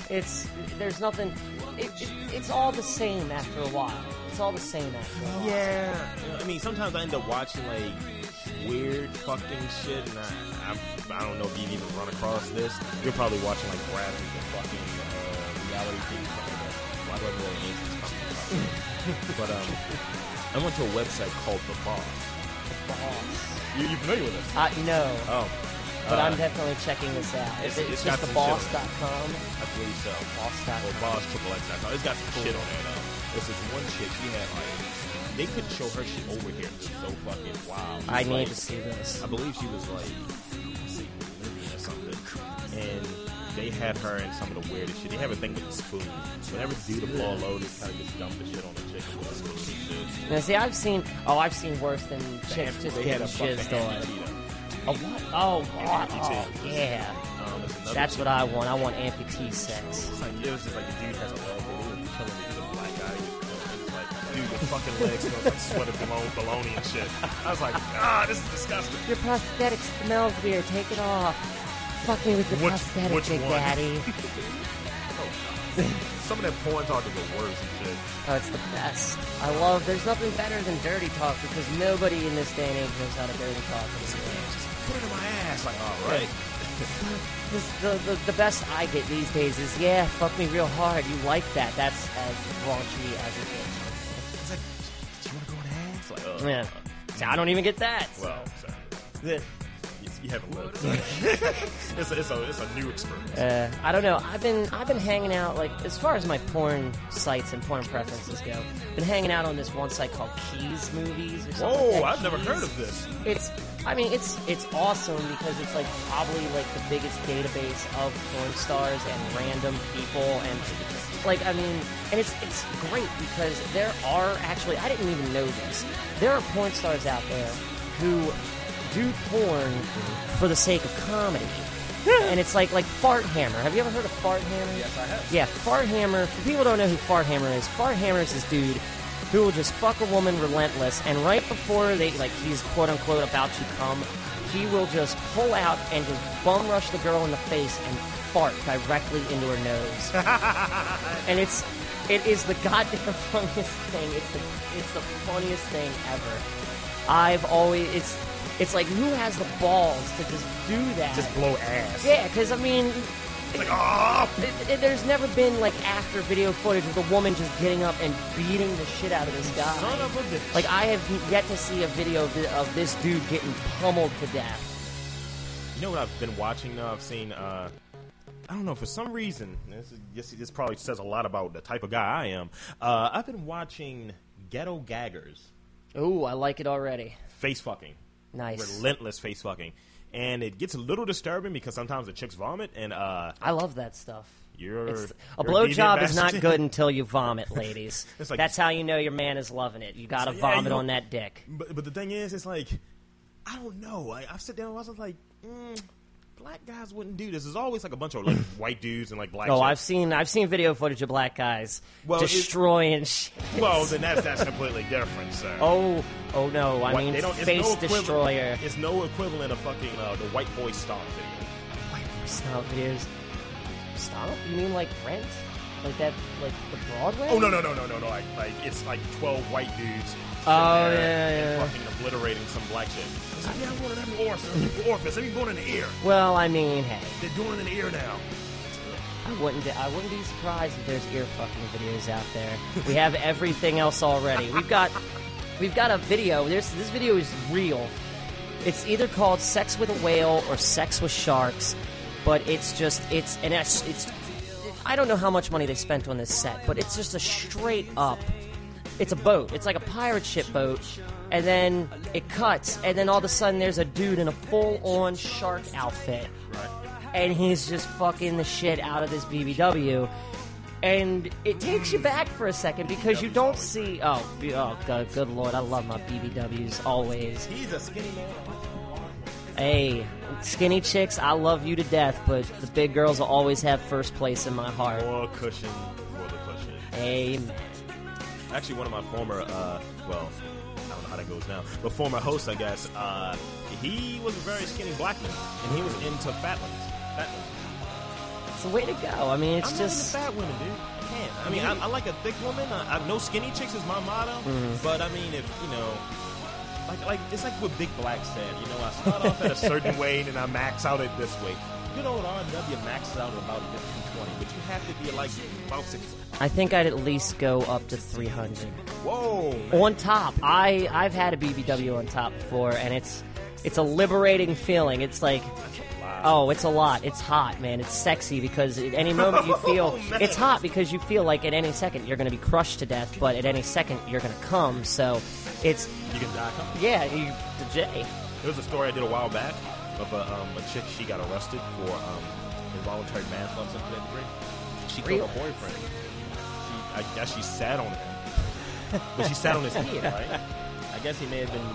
S2: it's there's nothing. It, it, it's all the same after a while. It's all the same after. A while.
S1: Yeah. I mean, sometimes I end up watching like weird fucking shit, and I, I, I don't know if you've even run across this. You're probably watching like graphics and fucking uh, reality TV. Why do I really hate this fucking stuff? But um, I went to a website called The Boss.
S2: Boss.
S1: You, you familiar with this?
S2: Uh, no,
S1: Oh,
S2: but
S1: uh,
S2: I'm definitely checking this out.
S1: it's-
S2: It's, it's,
S1: it's got
S2: just the
S1: some shit on it.
S2: boss.com.
S1: I believe so.
S2: Boss dot
S1: Or
S2: com.
S1: Boss Triple X. dot com. It's got some shit on there though. There's this one chick. She had like they couldn't show her shit over here. It was so fucking wild. It
S2: I
S1: was,
S2: need
S1: like-
S2: to see this.
S1: I believe she was like let's see, Libyan or something, and they had her in some of the weirdest shit. They have a thing with the spoon. Whenever dude the ball low, they kind of just dump the shit on the chick with a spoon. and shit.
S2: Now, see, I've seen. Oh, I've seen worse than
S1: The
S2: chicks
S1: amput-
S2: just
S1: they had
S2: getting
S1: a fucking
S2: jizzed on.
S1: amputee,
S2: A what? Oh,
S1: An
S2: wow.
S1: amputee.
S2: Oh, yeah.
S1: though. Um, there's another
S2: That's
S1: chick-
S2: what I want. I want amputee sex.
S1: It's like, it was just like the dude has a leg, but he was killing it. He's a black guy. He was killing it. It's like, dude, your fucking legs smells like sweat of bologna, bologna and shit. I was like, ah, this is disgusting.
S2: Your prosthetic smells weird. Take it off. Fuck me with the
S1: Which-
S2: prosthetic,
S1: which
S2: Big
S1: one?
S2: Daddy.
S1: Some of that porn talk is the worst and shit.
S2: Oh, it's the best. I love. There's nothing better than dirty talk because nobody in this day and age knows how to dirty talk.
S1: Put it in my ass. Like, all right.
S2: This, the, the the best I get these days is yeah, fuck me real hard. You like that? That's as raunchy as it gets.
S1: It's like, do you want to go on ass? Like, uh,
S2: Yeah. See, I don't even get that.
S1: Well, sorry.
S2: The-
S1: Yes. You haven't lived. it's, a, it's, a, it's a new experience.
S2: Uh, I don't know. I've been I've been hanging out like as far as my porn sites and porn preferences go. Been hanging out on this one site called Keys Movies. Or something like
S1: Whoa,
S2: that.
S1: Oh, I've never
S2: Keys.
S1: heard of this.
S2: It's I mean it's it's awesome because it's like probably like the biggest database of porn stars and random people and like I mean and it's it's great because there are actually I didn't even know this there are porn stars out there who do porn for the sake of comedy and it's like like Fart Hammer have you ever heard of Fart Hammer
S1: Yes, I have.
S2: yeah, Fart Hammer. For people who don't know who Fart Hammer is, Fart Hammer is this dude who will just fuck a woman relentless, and right before they like he's quote unquote about to come, he will just pull out and just bum rush the girl in the face and fart directly into her nose, and it's it is the goddamn funniest thing. It's the it's the funniest thing ever. I've always it's it's like who has the balls to just do that?
S1: Just blow ass.
S2: yeah, because I mean,
S1: It's like, ah!
S2: it- it- There's never been like after video footage of the woman just getting up and beating the shit out of this guy.
S1: Son of a bitch.
S2: like I have yet to see a video of, the, of this dude getting pummeled to death.
S1: You know what I've been watching now? I've seen, uh, I don't know, for some reason, this, is- this, this probably says a lot about the type of guy I am. Uh, I've been watching Ghetto Gaggers
S2: Ooh, I like it already.
S1: face fucking.
S2: Nice.
S1: Relentless face fucking. And it gets a little disturbing because sometimes the chicks vomit, and uh,
S2: I love that stuff.
S1: you're
S2: It's, a
S1: you're deviant
S2: blowjob is not
S1: bastard.
S2: good until you vomit, ladies.
S1: It's like-
S2: That's how you know your man is loving it. You gotta
S1: like, yeah,
S2: vomit
S1: you-
S2: on that dick.
S1: But, but the thing is, it's like, I don't know. I, I've sat down and I was like, mm, black guys wouldn't do this. There's always like a bunch of like white dudes and like black.
S2: Oh, I've
S1: chicks.
S2: seen I've seen video footage of black guys
S1: Well, it-
S2: destroying shit.
S1: Well, then that's that's completely different, sir.
S2: Oh, oh no! I
S1: What-
S2: mean,
S1: it's
S2: face
S1: equivalent-
S2: destroyer.
S1: It's no equivalent of fucking uh, the white boy star video.
S2: Snob videos. Snob? You mean like Rent? Like that? Like the Broadway?
S1: Oh no no no no no no! Like, like it's like twelve white dudes. sitting
S2: Oh,
S1: there
S2: yeah,
S1: and
S2: yeah.
S1: Fucking obliterating some black chick. It's like, yeah, I'm going to that orifice. orifice. They're going in the ear.
S2: Well, I mean, hey,
S1: They're doing it in the ear now.
S2: I wouldn't. I wouldn't be surprised if there's ear fucking videos out there. We have everything else already. We've got, we've got a video. There's this video is real. It's either called "Sex with a Whale" or "Sex with Sharks," but it's just it's and it's, it's I don't know how much money they spent on this set, but it's just a straight up. It's a boat. It's like a pirate ship boat, and then it cuts, and then all of a sudden there's a dude in a full on shark outfit, and he's just fucking the shit out of this BBW. And it takes you back for a second because you don't see. Oh, B- oh, God, good lord! I love my BBWs always.
S1: He's a skinny man.
S2: Hey, skinny chicks, I love you to death, but the big girls will always have first place in my heart.
S1: More cushion for the cushion.
S2: Amen.
S1: Actually, one of my former, uh, well, I don't know how that goes now, but former host, I guess, uh, he was a very skinny black man, and he was into fat women. Fat women.
S2: It's a way to go. I mean, it's
S1: I'm
S2: just.
S1: not into fat women, dude. I can't. I mean, I, I like a thick woman. I, I, no skinny chicks is my motto.
S2: Mm-hmm.
S1: But I mean, if you know, like, like it's like what Big Black said. You know, I start off at a certain weight and I max out at this weight. Good old RW maxes out at about 220, but you have to be like about six.
S2: I think I'd at least go up to 300.
S1: Whoa, man.
S2: On top, I I've had a BBW on top before, and it's it's a liberating feeling. It's like. Oh, it's a lot. It's hot, man. It's sexy because at any moment you feel
S1: Oh, man.
S2: it's hot because you feel like at any second you're going to be crushed to death, but at any second you're going to come. So, it's
S1: you can die. Come on.
S2: yeah, you the J.
S1: There was a story I did a while back of a, um, a chick. She got arrested for um, involuntary manslaughter something to that degree. She
S2: Really?
S1: killed her boyfriend. She, I guess she sat on him, but she sat on his head, right? I guess he may have been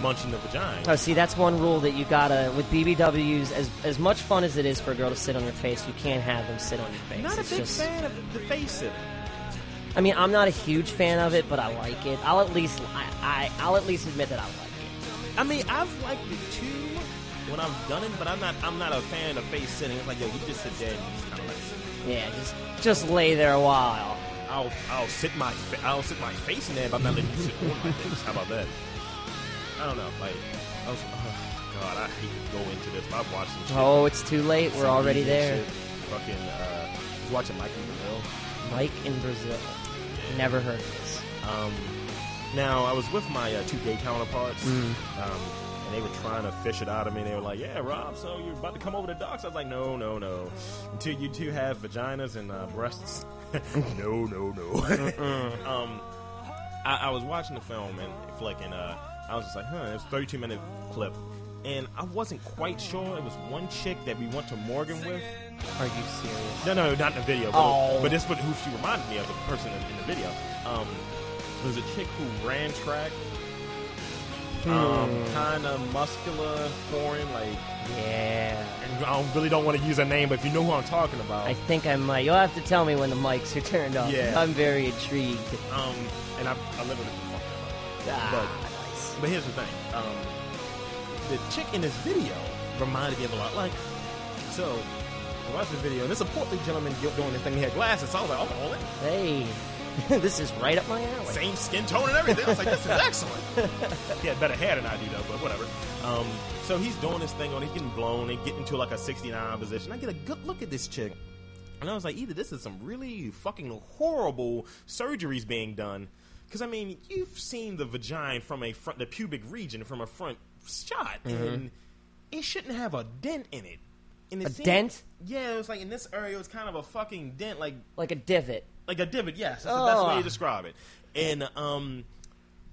S1: munching the
S2: Oh,
S1: vagina.
S2: see, that's one rule that you gotta with BBWs. As as much fun as it is for a girl to sit on your face, you can't have them sit on your face.
S1: Not a
S2: It's
S1: big
S2: just-
S1: fan of the face sitter.
S2: I mean, I'm not a huge fan of it, but I like it. I'll at least I, I I'll at least admit that I like it.
S1: I mean, I've liked it too when I've done it, but I'm not. I'm not a fan of face sitting. It's like, yo, you just sit there. And you just kinda like,
S2: Yeah, just just lay there a while.
S1: I'll I'll sit my fa- I'll sit my face in there, but I'm not letting you sit on my face. How about that? I don't know. Like, I was, oh, God, I hate to go into this. But I've watched some shit.
S2: Oh, it's too late. We're
S1: Some
S2: already
S1: Asian
S2: there.
S1: shit. Fucking, uh, I was watching Mike and
S2: Mike in Brazil. Never heard of this.
S1: Bill. Um, now I was with my uh, two gay counterparts, um, and they were trying to fish it out of me. They were like, "Yeah, Rob, so you're about to come over to docks?" I was like, "No, no, no. Until you two have vaginas and uh, breasts, no, no, no." um, I, I was watching the film and flick, and uh, I was just like, "Huh." It was a 32 minute clip, and I wasn't quite sure. It was one chick that we went to Morgan with.
S2: Are you serious?
S1: No, no, not in the video. But,
S2: Oh.
S1: but this, but who she reminded me of the person in, in the video. Um, it was a chick who ran track.
S2: Hmm.
S1: Um, kind of muscular, foreign, like.
S2: Yeah.
S1: And I don't, really don't want to use her name, but if you know who I'm talking about.
S2: I think I might. You'll have to tell me when the mics are turned off.
S1: Yeah.
S2: I'm very intrigued.
S1: um, and I, I live in a
S2: Ah,
S1: But-
S2: nice.
S1: But here's the thing. Um, the chick in this video reminded me of a lot. Like, so I watched the video, and this a portly gentleman doing this thing. He had glasses, so I was like, oh, that
S2: Hey, this is right up my alley.
S1: same skin tone and everything. I was like, this is excellent. he had better hair than I do, though, but whatever. Um, so he's doing this thing on, he's getting blown and getting to like a 69 position. I get a good look at this chick. And I was like, either this is some really fucking horrible surgeries being done. Because, I mean, you've seen the vagina from a front, the pubic region from a front shot,
S2: Mm-hmm.
S1: and it shouldn't have a dent in it. And it
S2: A dent?
S1: Yeah, it was like in this area, it was kind of a fucking dent, like
S2: Like a divot.
S1: like a divot. Yes, that's the best way
S2: Ugh.
S1: to describe it. And um,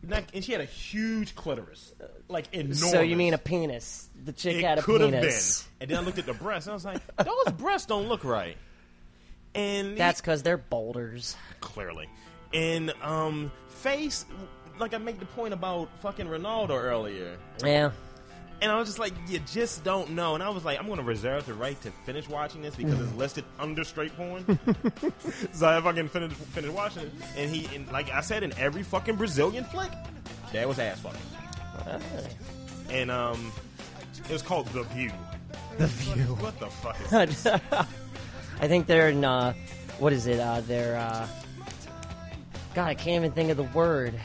S1: not, and she had a huge clitoris, like enormous.
S2: So you mean a penis? The chick
S1: It
S2: had a
S1: could have been.
S2: penis.
S1: And then I looked at the breasts, and I was like, those breasts don't look right. And
S2: That's because they're boulders.
S1: clearly. And um, face, like I made the point about fucking Ronaldo earlier.
S2: Yeah.
S1: And I was just like, you just don't know. And I was like, I'm going to reserve the right to finish watching this because
S2: Mm.
S1: it's listed under straight porn. so I fucking finished, finished watching it. And he, and like I said, in every fucking Brazilian flick, there was ass fucking. And um, it was called The View. The View. What the fuck is
S2: I think they're in. Uh, what is it? Uh, they're. Uh, God, I can't even think of the word.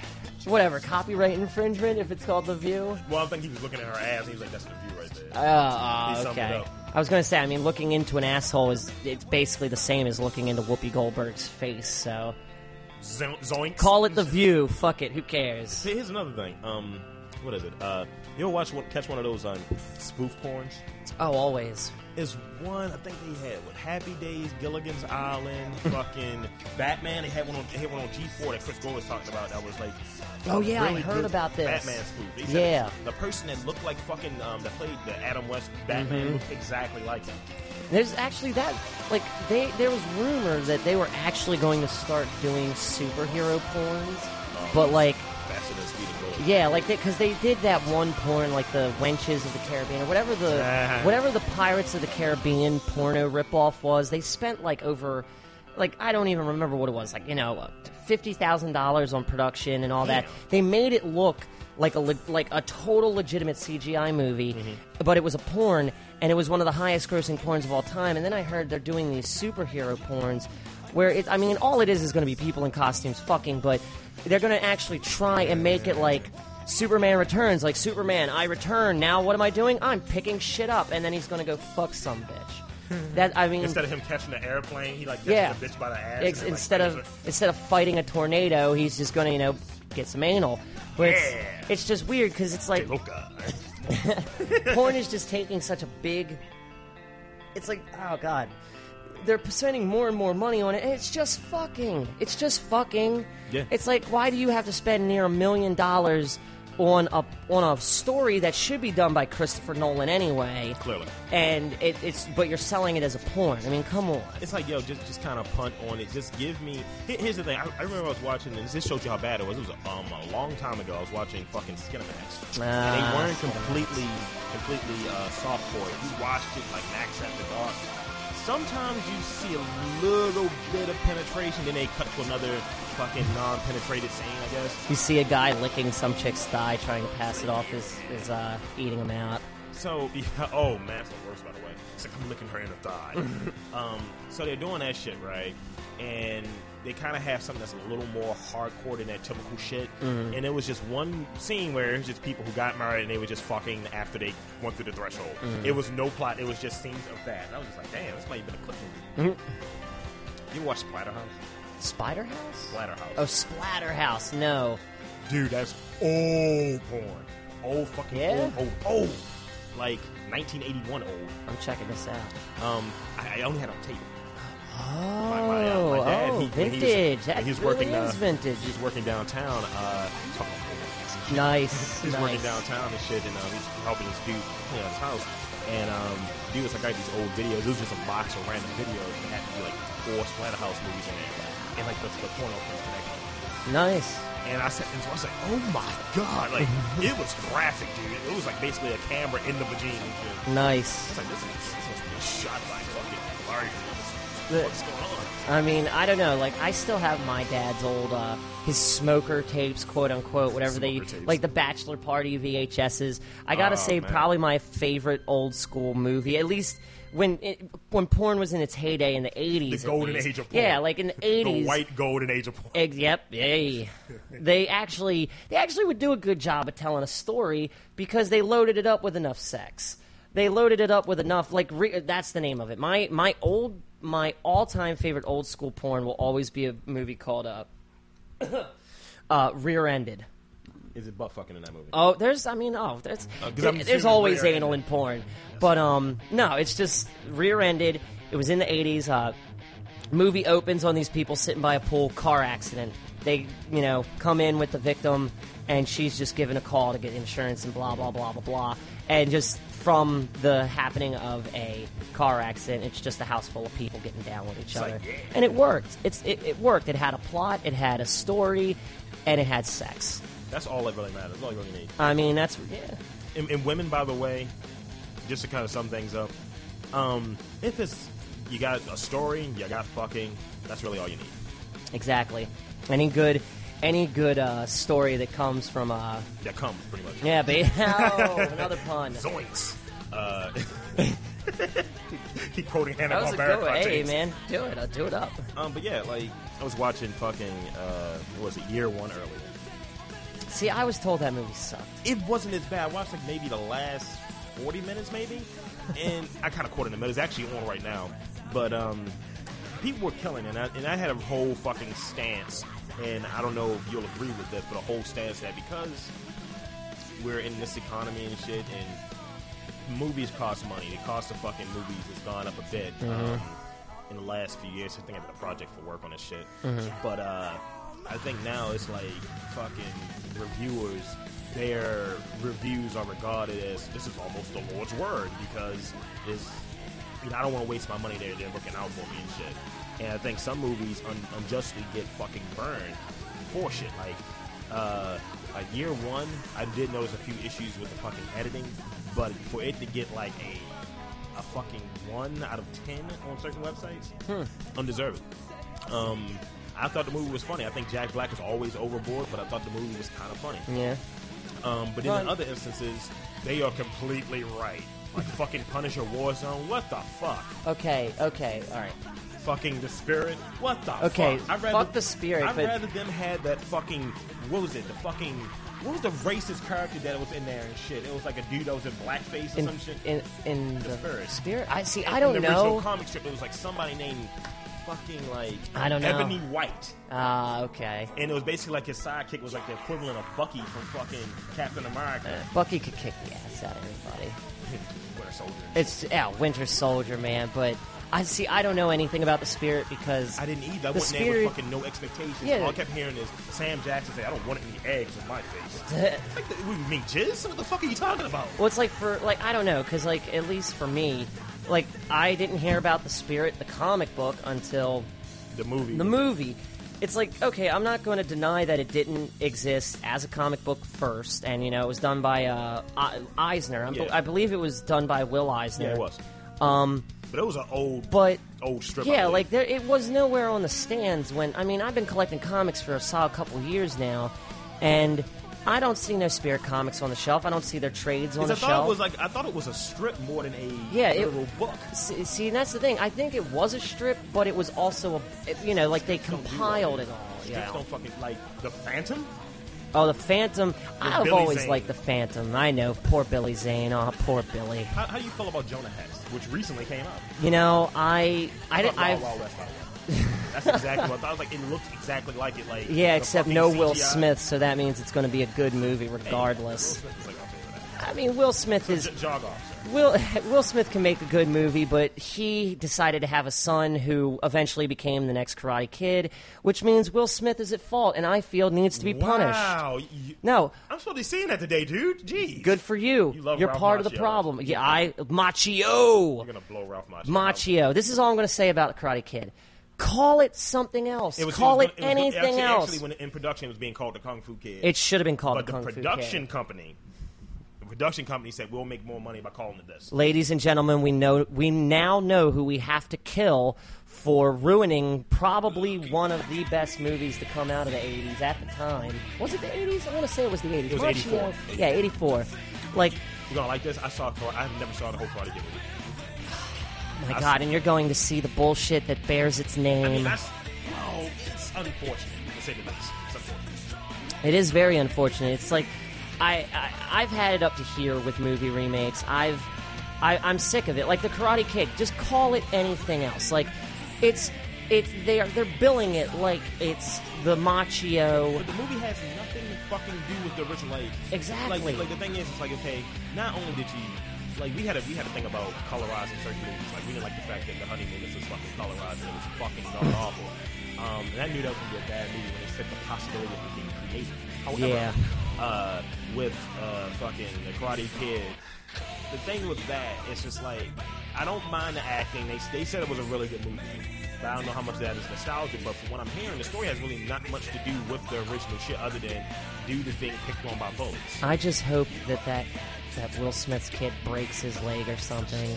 S2: Whatever, copyright infringement. If it's called the View.
S1: Well, I think he was looking at her ass and he was like, that's The View right there. He
S2: Uh,
S1: summed it
S2: okay.
S1: up.
S2: I was gonna say. I mean, looking into an asshole is it's basically the same as looking into Whoopi Goldberg's face. So
S1: Zo- Zoinks.
S2: call it the View. Fuck it. Who cares?
S1: See, here's another thing. Um, what is it? Uh, you ever watch one, catch one of those um, spoof porns?
S2: Oh, always.
S1: is one I think they had with Happy Days, Gilligan's Island, fucking Batman. They had one on they had one on G four that Chris Gore was talking about that was like
S2: Oh, yeah, I heard
S1: good
S2: about this.
S1: Batman spoof. They said
S2: Yeah.
S1: the person that looked like fucking um, that played the Adam West Batman
S2: Mm-hmm.
S1: looked exactly like him.
S2: There's actually that, like, they there was rumor that they were actually going to start doing superhero porns, but like,
S1: Faster than speed of gold.
S2: yeah, like because they, did that one porn, like the Wenches of the Caribbean or whatever the
S1: Ah.
S2: whatever the Pirates of the Caribbean porno ripoff was. They spent like over, like I don't even remember what it was, like you know, fifty thousand dollars on production and all that.
S1: Damn.
S2: They made it look like a le- like a total legitimate CGI movie, but it was a porn, and it was one of the highest grossing porns of all time. And then I heard they're doing these superhero porns, where it, I mean, all it is is going to be people in costumes fucking, but they're going to actually try and make it like. Superman returns, like Superman, I return. Now what am I doing? I'm picking shit up, and then he's gonna go fuck some bitch. That I mean,
S1: Instead of him catching the airplane, he like catches
S2: Yeah.
S1: the bitch by the ass. and
S2: Ex-
S1: then, like,
S2: instead
S1: fires
S2: of
S1: her.
S2: instead of fighting a tornado, he's just going to you know get some anal. But
S1: Yeah.
S2: it's, it's just weird because it's like
S1: Loca.
S2: porn is just taking such a big. It's like oh god, they're p- spending more and more money on it, and it's just fucking. It's just fucking.
S1: Yeah.
S2: It's like why do you have to spend near a million dollars on a on a story that should be done by Christopher Nolan anyway?
S1: Clearly.
S2: And it, it's but you're selling it as a porn. I mean, come on.
S1: It's like, yo, just just kind of punt on it. Just give me. Here- Here's the thing. I, I remember I was watching, and this showed you how bad it was. It was um, a long time ago. I was watching fucking Skinamax, and
S2: Ah,
S1: they weren't completely completely uh, softcore. If you watched it like Max after dark, sometimes you see a little bit of penetration, then they cut to another fucking non-penetrated scene. I guess.
S2: You see a guy licking some chick's thigh, trying to pass it off as, as uh, eating him out.
S1: So, yeah, oh man, that's the worst, by the way. It's like I'm looking her in the thigh. um, so they're doing that shit, right? And they kind of have something that's a little more hardcore than that typical shit.
S2: Mm-hmm.
S1: And it was just one scene where it was just people who got married and they were just fucking after they went through the threshold.
S2: Mm-hmm.
S1: It was no plot. It was just scenes of that. And I was just like, damn, this might have been a clip movie.
S2: Mm-hmm.
S1: You watch Splatterhouse?
S2: Spider House?
S1: Splatterhouse.
S2: Oh, Splatterhouse, no.
S1: Dude, that's old porn. old fucking
S2: Yeah?
S1: old, old, old. Like 1981 old.
S2: I'm checking this out.
S1: Um, I, I only had it on tape.
S2: Oh,
S1: My, my, uh, my dad,
S2: oh,
S1: he, when he was-
S2: vintage.
S1: when
S2: That
S1: he was
S2: really
S1: working, uh,
S2: is vintage.
S1: He's working downtown. Uh, fucking
S2: Nice.
S1: He's
S2: nice.
S1: working downtown and shit, and um, he's helping this dude clean out his house. And um, dude was like, I got these old videos. It was just a box of random videos. It had to be like four Splatterhouse movies in there, and like the, the porno things connected.
S2: Nice.
S1: And I said, and so I was like, oh my god, like it was graphic, dude. It was like basically a camera in the vagina. Dude.
S2: Nice.
S1: It's like this is this must be shot by fucking Larry.
S2: The-
S1: Fields. What's going on?
S2: I mean, I don't know. Like, I still have my dad's old, uh, his smoker tapes, quote unquote, whatever they,
S1: Smoker tapes.
S2: like the bachelor party VHSs. I gotta
S1: Oh,
S2: say,
S1: man.
S2: probably my favorite old school movie, at least when it, when porn was in its heyday in the eighties,
S1: The golden age of porn.
S2: Yeah, like in the
S1: The
S2: eighties,
S1: white golden age of porn.
S2: Ex- yep. Yay. they actually they actually would do a good job of telling a story because they loaded it up with enough sex. They loaded it up with enough like re- that's the name of it. My my old my all time favorite old school porn will always be a movie called uh, uh Rear Ended.
S1: Is it butt fucking in that movie?
S2: Oh, there's I mean oh there's
S1: because Uh, I'm
S2: there's
S1: assuming
S2: always
S1: Rear
S2: anal
S1: Ended.
S2: in porn, but um no it's just Rear Ended. It was in the '80s. Uh, movie opens on these people sitting by a pool, car accident. They, you know, come in with the victim, and she's just given a call to get insurance and blah blah blah blah blah. And just from the happening of a car accident, it's just a house full of people getting down with each other,
S1: like, yeah.
S2: and it worked. It's it, it worked. It had a plot, it had a story, and it had sex.
S1: That's all that really matters. That's all you really need.
S2: I mean, that's yeah.
S1: and, and women, by the way, just to kind of sum things up, um, if it's you got a story, you got fucking, that's really all you need.
S2: Exactly. Any good, any good uh, story that comes from uh,
S1: That comes pretty much.
S2: yeah, ba- oh, another pun.
S1: Zoinks. Uh, keep quoting Hanna
S2: That was a
S1: Barbera
S2: good one. Hey,
S1: cartoons.
S2: man, do it. I'll do it up.
S1: Um, but yeah, like I was watching fucking uh, what was it year one earlier.
S2: See, I was told that movie sucked.
S1: It wasn't as bad. I watched like maybe the last forty minutes, maybe, and I kind of caught in the middle. It's actually on right now, but um, people were killing, it, and I and I had a whole fucking stance, and I don't know if you'll agree with this, but a whole stance that because we're in this economy and shit, and movies cost money. The cost of fucking movies has gone up a bit um, in the last few years. I think I did a project for work on this shit, but uh, I think now it's like fucking reviewers. Their reviews are regarded as this is almost the Lord's word because it's you know, I don't want to waste my money there. They're looking out for me and shit. And I think some movies un- unjustly get fucking burned for shit. Like, uh, like year one, I did notice a few issues with the fucking editing, but for it to get like a a fucking one out of ten on certain websites,
S2: Hmm.
S1: undeserved. Um, I thought the movie was funny. I think Jack Black is always overboard, but I thought the movie was kind of funny.
S2: Yeah.
S1: Um, but
S2: Right.
S1: in other instances, they are completely right. Like fucking Punisher Warzone, what the fuck?
S2: Okay. Okay. All right.
S1: Fucking the spirit, what the
S2: Okay,
S1: fuck? I'd
S2: fuck the Spirit,
S1: I'd
S2: but-
S1: rather them had that fucking what was it? The fucking what was the racist character that was in there and shit? It was like a dude that was in blackface or
S2: In
S1: some shit.
S2: in, in the,
S1: spirit.
S2: spirit. I see. I
S1: in
S2: don't
S1: the original
S2: know.
S1: comic strip, it was like somebody named fucking like
S2: I don't know.
S1: Ebony White.
S2: Ah. okay.
S1: And it was basically like his sidekick was like the equivalent of Bucky from fucking Captain America,
S2: Bucky could kick the ass out of everybody.
S1: Winter Soldier.
S2: It's yeah, Winter Soldier, man. But I see. I don't know anything about the spirit because
S1: I didn't either. I
S2: The
S1: went there
S2: spirit-
S1: with fucking no expectations.
S2: Yeah.
S1: All I kept hearing is Sam Jackson say, "I don't want any eggs in my face." like, the, what do you mean jizz? What the fuck are you talking about?
S2: Well, it's like for like I don't know, because like at least for me, like I didn't hear about the spirit, the comic book, until
S1: The movie.
S2: the movie. It's like okay, I'm not going to deny that it didn't exist as a comic book first, and you know it was done by uh, I- Eisner. I'm,
S1: Yeah.
S2: I believe it was done by Will Eisner.
S1: Yeah, it was.
S2: Um,
S1: But it was an old,
S2: but
S1: old strip. I
S2: yeah,
S1: believe.
S2: like there, it was nowhere on the stands when I mean I've been collecting comics for a solid couple years now, and I don't see no spirit comics on the shelf. I don't see their trades on
S1: 'Cause
S2: the
S1: I thought
S2: shelf.
S1: it was like I thought it was a strip more than a
S2: Yeah, it-
S1: literal book.
S2: See, see, and that's the thing. I think it was a strip, but it was also a, it- you know, like they
S1: Don't do that.
S2: compiled it all.
S1: Strips
S2: Yeah.
S1: don't fucking like the Phantom.
S2: Oh, the Phantom. I've
S1: Billy
S2: always
S1: Zane.
S2: liked the Phantom. I know, poor Billy Zane. Oh, poor Billy.
S1: How, how do you feel about Jonah Hex, which recently came out?
S2: You know, I, I,
S1: Fuck Wild
S2: I,
S1: Wild West, by the way. That's exactly what I thought. I was like, it looked exactly like it. Like
S2: yeah,
S1: the
S2: except
S1: fucking
S2: no Will
S1: CGI.
S2: Smith, so that means it's going to be a good movie
S1: Hey, Will
S2: regardless.
S1: Smith is like, okay.
S2: I mean, Will Smith is
S1: J- jog off. sir.
S2: Will Will Smith can make a good movie, but he decided to have a son who eventually became the next Karate Kid, which means Will Smith is at fault, and I feel needs to be punished.
S1: Wow. you-
S2: No,
S1: I'm supposed to be seeing that today, dude. Jeez.
S2: good for you.
S1: You love
S2: You're
S1: Ralph
S2: part of
S1: Macchio.
S2: the problem. Yeah, I Machio,
S1: We're gonna blow Ralph Macchio.
S2: Machio. This is all I'm going to say about the Karate Kid. Call it something else.
S1: It was,
S2: Call
S1: it,
S2: it,
S1: was, it was- actually,
S2: anything else.
S1: Actually, when in production, it was being called the Kung Fu Kid.
S2: it should have been called
S1: but the
S2: Kung Fu Kid.
S1: production company, the production company said we'll make more money by calling it this.
S2: Ladies and gentlemen, we know we now know who we have to kill for ruining probably one of the best movies to come out of the 80s at the time. Was it the 80s? I want to say it was the 80s.
S1: was
S2: Marcio-
S1: 84.
S2: Yeah, 84. Like,
S1: You're gonna like this. I saw. Kar- I never saw the whole Karate Kid movie.
S2: oh my God, and you're going to see the bullshit that bears its
S1: I mean,
S2: name.
S1: that's oh, it's unfortunate to say the least. It's unfortunate.
S2: It is very unfortunate. It's like I, I I've had it up to here with movie remakes. I've I, I'm sick of it. Like the Karate Kid, just call it anything else. Like it's it's they are they're billing it like it's the Machio.
S1: But the movie has nothing to fucking do with the original age.
S2: Exactly.
S1: Like, like the thing is, it's like okay, not only did you like we had a we had a thing about colorizing certain movies. Like we didn't like the fact that the honeymoon is just fucking colorized and it was fucking god awful. Um, and I knew that was gonna be a bad movie when they said the possibility of it being creative. However,
S2: Yeah.
S1: uh, with uh, fucking the Karate Kid. The thing with that, it's just like I don't mind the acting. They they said it was a really good movie, but I don't know how much of that is nostalgia. But from what I'm hearing, the story has really not much to do with the original shit, other than dude is being picked on by bullets.
S2: I just hope that that that Will Smith's kid breaks his leg or something.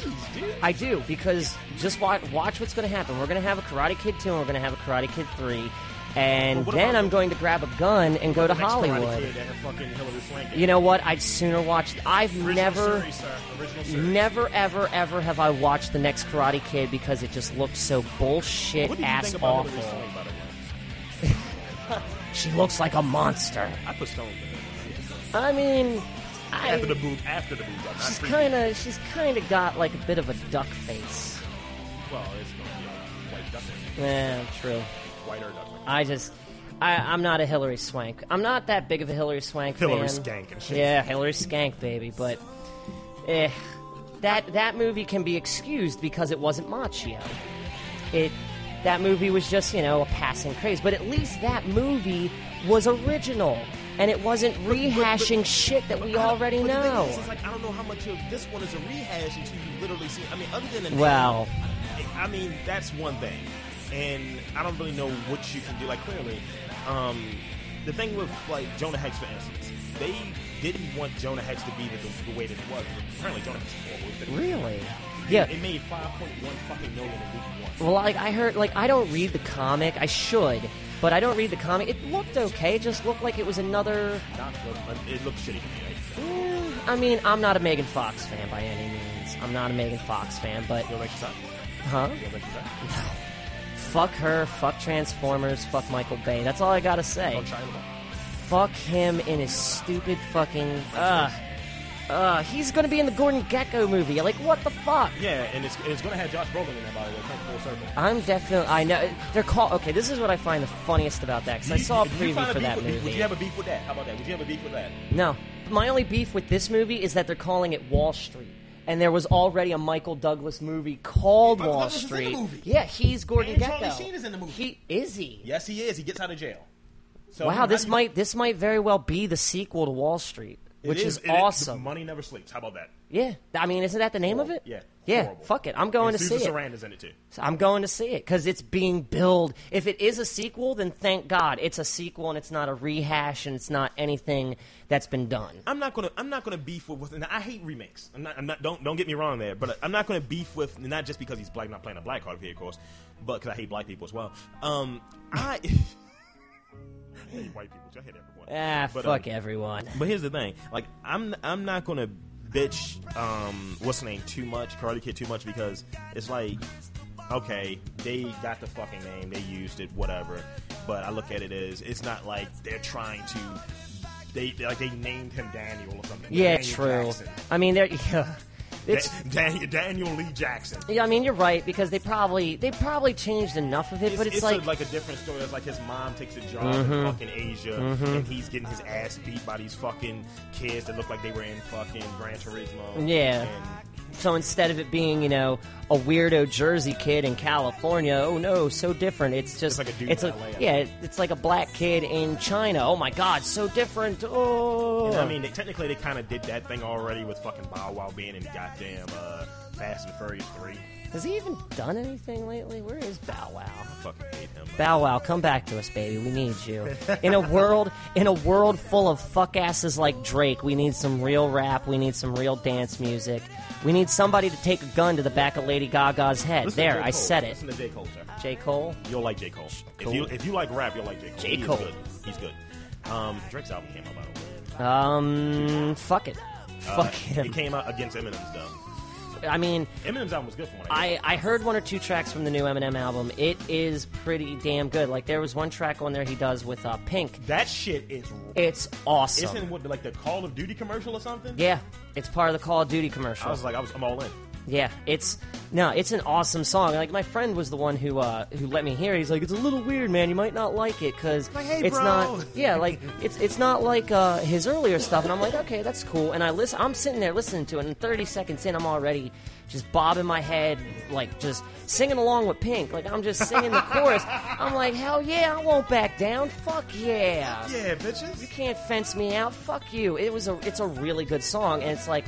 S2: I do because just watch watch what's going to happen. We're going to have a Karate Kid two, and we're going to have a Karate Kid three, and
S1: But what
S2: then
S1: about
S2: I'm
S1: the-
S2: going to grab a gun and go to
S1: The next Karate
S2: Hollywood.
S1: Kid that had fucking Hillary Swank.
S2: You know what? I'd sooner watch. I've
S1: original
S2: never,
S1: series, sir. Original series.
S2: never, ever, ever have I watched the next Karate Kid because it just looked so bullshit
S1: What do you
S2: ass
S1: think about Hillary
S2: awful.
S1: Swank, by the way?
S2: She looks like a monster.
S1: I put stones in it.
S2: I mean,
S1: After the
S2: I,
S1: boob, after the boob, I'm not
S2: she's
S1: freaking-
S2: kind of, she's kind of got like a bit of a duck face.
S1: well, it's gonna be a white duckling,
S2: Yeah, true.
S1: whiter duckling.
S2: I just, I, I'm not a Hillary Swank. I'm not that big of a Hillary Swank
S1: Hillary
S2: fan.
S1: Skank and shit.
S2: Yeah, Hillary Skank, baby. But, eh, that that movie can be excused because it wasn't Machio. It that movie was just you know a passing craze. But at least that movie was original and it wasn't rehashing shit that we
S1: I don't-
S2: already
S1: but the thing
S2: know.
S1: is, it's like, I don't know how much of this one is a rehash until you literally see. I mean, other than the name,
S2: Well.
S1: I mean that's one thing, and I don't really know what you can do. Like clearly, um, the thing with like Jonah Hex, for instance, they didn't want Jonah Hex to be the, the way that it was. Apparently, Jonah Hex was horrible. It-
S2: Really? Yeah.
S1: It made 5.1 fucking million in week one.
S2: Well, like I heard, like I don't read the comic. I should, but I don't read the comic. It looked okay. It just looked like it was another.
S1: Not good. It looked shitty to me. Right?
S2: eh, I mean, I'm not a Megan Fox fan by any means. I'm not a Megan Fox fan, but
S1: You'll make your son.
S2: huh?
S1: You'll make your son.
S2: Fuck her. Fuck Transformers. Fuck Michael Bay. That's all I gotta say.
S1: Don't try it alone.
S2: Fuck him in his stupid fucking. Ugh. Uh, he's gonna be in the Gordon Gecko movie. Like, what the fuck?
S1: Yeah, and it's, it's going to have Josh Brolin in there, by the way. Come full circle.
S2: I'm definitely. I know they're called. Okay, this is what I find the funniest about that because I
S1: You-
S2: saw a
S1: if you
S2: preview
S1: find
S2: for
S1: beef
S2: that
S1: with-
S2: movie.
S1: Would you have a beef with that? How about that? Would you have a beef with that?
S2: No. My only beef with this movie is that they're calling it Wall Street. And there was already a Michael Douglas movie called
S1: Michael
S2: Wall
S1: Douglas is in the
S2: Street.
S1: movie.
S2: Yeah, he's Gordon
S1: And
S2: Gecko.
S1: Charlie Sheen is in the movie.
S2: He is he.
S1: Yes, he is. He gets out of jail. So
S2: Wow, this
S1: how do you-
S2: might this might very well be the sequel to Wall Street,
S1: It
S2: which is,
S1: it
S2: awesome.
S1: money never sleeps. How about that?
S2: yeah, I mean, isn't that the name of it?
S1: Yeah.
S2: yeah.
S1: Horrible.
S2: Fuck it, I'm going
S1: And
S2: to
S1: Susan
S2: see it.
S1: Sarandon's in it too.
S2: I'm going to see it because it's being billed. If it is a sequel, then thank God it's a sequel and it's not a rehash and it's not anything that's been done.
S1: I'm not gonna. I'm not gonna beef with. with and I hate remakes. I'm not. I'm not. Don't don't get me wrong there. But I'm not gonna beef with. Not just because he's black. Not playing a black card here, of course. But because I hate black people as well. Um, I. I hate white people. too. I hate everyone.
S2: Ah,
S1: But,
S2: fuck
S1: um,
S2: everyone.
S1: But here's the thing, like I'm I'm not gonna bitch um what's the name too much, Karate Kid too much because it's like okay, they got the fucking name, they used it, whatever. But I look at it as it's not like they're trying to they they- like they named him Daniel or something.
S2: Yeah,
S1: Daniel
S2: true.
S1: Jackson.
S2: I mean, there. Yeah. It's-
S1: Dan- Daniel Lee Jackson.
S2: Yeah, I mean you're right because they probably they probably changed enough of it, but it's, like, Mm-hmm.
S1: a, like a different story. It's like his mom takes a job in fucking Asia, and he's getting his ass beat by these fucking kids that look like they were in fucking Gran Turismo.
S2: Yeah.
S1: And
S2: so instead of it being you know a weirdo Jersey kid in California, oh no, so different. It's just
S1: It's like a dude in LA.
S2: yeah, it- it's like a black kid in China. Oh my God, so different. Oh,
S1: And I mean, they, technically, they kind of did that thing already with fucking Bow Wow being in goddamn uh, Fast and Furious 3.
S2: has he even done anything lately? Where is Bow Wow?
S1: I fucking hate him.
S2: Bow Wow, come back to us, baby. We need you. In a world, in a world full of fuck asses like Drake, we need some real rap. We need some real dance music. We need somebody to take a gun to the back of Lady Gaga's head.
S1: Listen to
S2: there,
S1: J.
S2: I
S1: Cole.
S2: said it.
S1: Listen to J. Cole, sir.
S2: J. Cole.
S1: You'll like J. Cole.
S2: Cole.
S1: If you if you like rap, you'll like J. Cole.
S2: J.
S1: He is
S2: Cole.
S1: good. He's good. Um, Drake's album came out by the way.
S2: Um, fuck it.
S1: Uh,
S2: Fuck
S1: It
S2: him.
S1: came out against Eminem's though.
S2: I mean,
S1: Eminem's album was good for one.
S2: I, I heard one or two tracks from the new Eminem album. It is pretty damn good. Like, there was one track on there he does with uh, Pink.
S1: that shit is.
S2: It's awesome.
S1: Isn't what like the Call of Duty commercial or something?
S2: yeah, it's part of the Call of Duty commercial.
S1: I was like, I was, I'm all in.
S2: Yeah, it's no, it's an awesome song. Like my friend was the one who uh, who let me hear. it. He's like, it's a little weird, man. You might not like it because
S1: Like, hey,
S2: it's
S1: bro.
S2: not. Yeah, like it's it's not like uh, his earlier stuff. And I'm like, okay, that's cool. And I listen. I'm sitting there listening to it, and 30 seconds in, I'm already just bobbing my head, like just singing along with Pink. Like I'm just singing the chorus. I'm like, hell yeah, I won't back down. Fuck yeah
S1: Yeah, bitches.
S2: can't fence me out. Fuck you. It was a it's a really good song, and it's like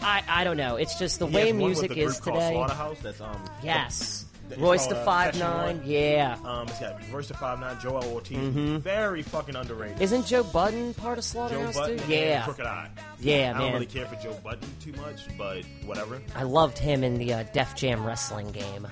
S2: I I don't know. It's just the
S1: He
S2: way
S1: has one with
S2: music
S1: the group
S2: is
S1: called
S2: today.
S1: Slaughterhouse. That's um.
S2: Yes,
S1: It's
S2: Royce
S1: called,
S2: the
S1: uh,
S2: Five
S1: Section
S2: Nine.
S1: One.
S2: Yeah,
S1: Um, it's got Royce the Five Nine, Joel Ortiz,
S2: Mm-hmm.
S1: very fucking underrated.
S2: isn't Joe Budden part of
S1: Joe
S2: Slaughterhouse
S1: Button,
S2: too?
S1: and
S2: Yeah,
S1: Crooked Eye.
S2: yeah,
S1: I don't
S2: man.
S1: really care for Joe Button too much, but whatever.
S2: I loved him in the uh, Def Jam wrestling game.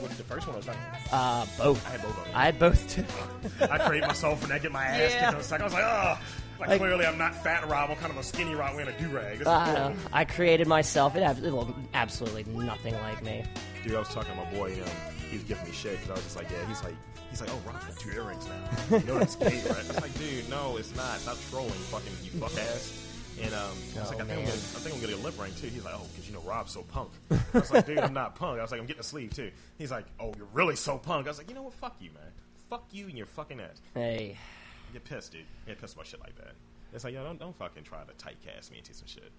S1: What, the first one was like,
S2: Uh, both.
S1: I had both of them.
S2: I had both. Too.
S1: I created myself and I get my ass
S2: Yeah.
S1: kicked. I was like, I was like, oh, like,
S2: Like-
S1: clearly I'm not fat Rob. I'm kind of a skinny Rob wearing a do rag.
S2: Uh, I created myself. It, ab- it looked absolutely nothing like me.
S1: Dude, I was talking to my boy. Um, he was giving me shit because I was just like, yeah. He's like, he's like, oh, Rob's got two earrings now. You know that's gay, right? I was like, dude, no, it's not. Stop trolling, fucking you fuck ass. And um, I was
S2: Oh,
S1: like, I think, I'm
S2: man.
S1: gonna, I think I'm gonna get a lip ring too. He's like, oh, because you know Rob's so punk. I was like, dude, I'm not punk. I was like, I'm getting a sleeve too. He's like, oh, you're really so punk. I was like, you know what? Fuck you, man. Fuck you and your fucking ass.
S2: Hey,
S1: I get pissed, dude. I get pissed about shit like that. It's like, yo, don't, don't fucking try to typecast me into some shit.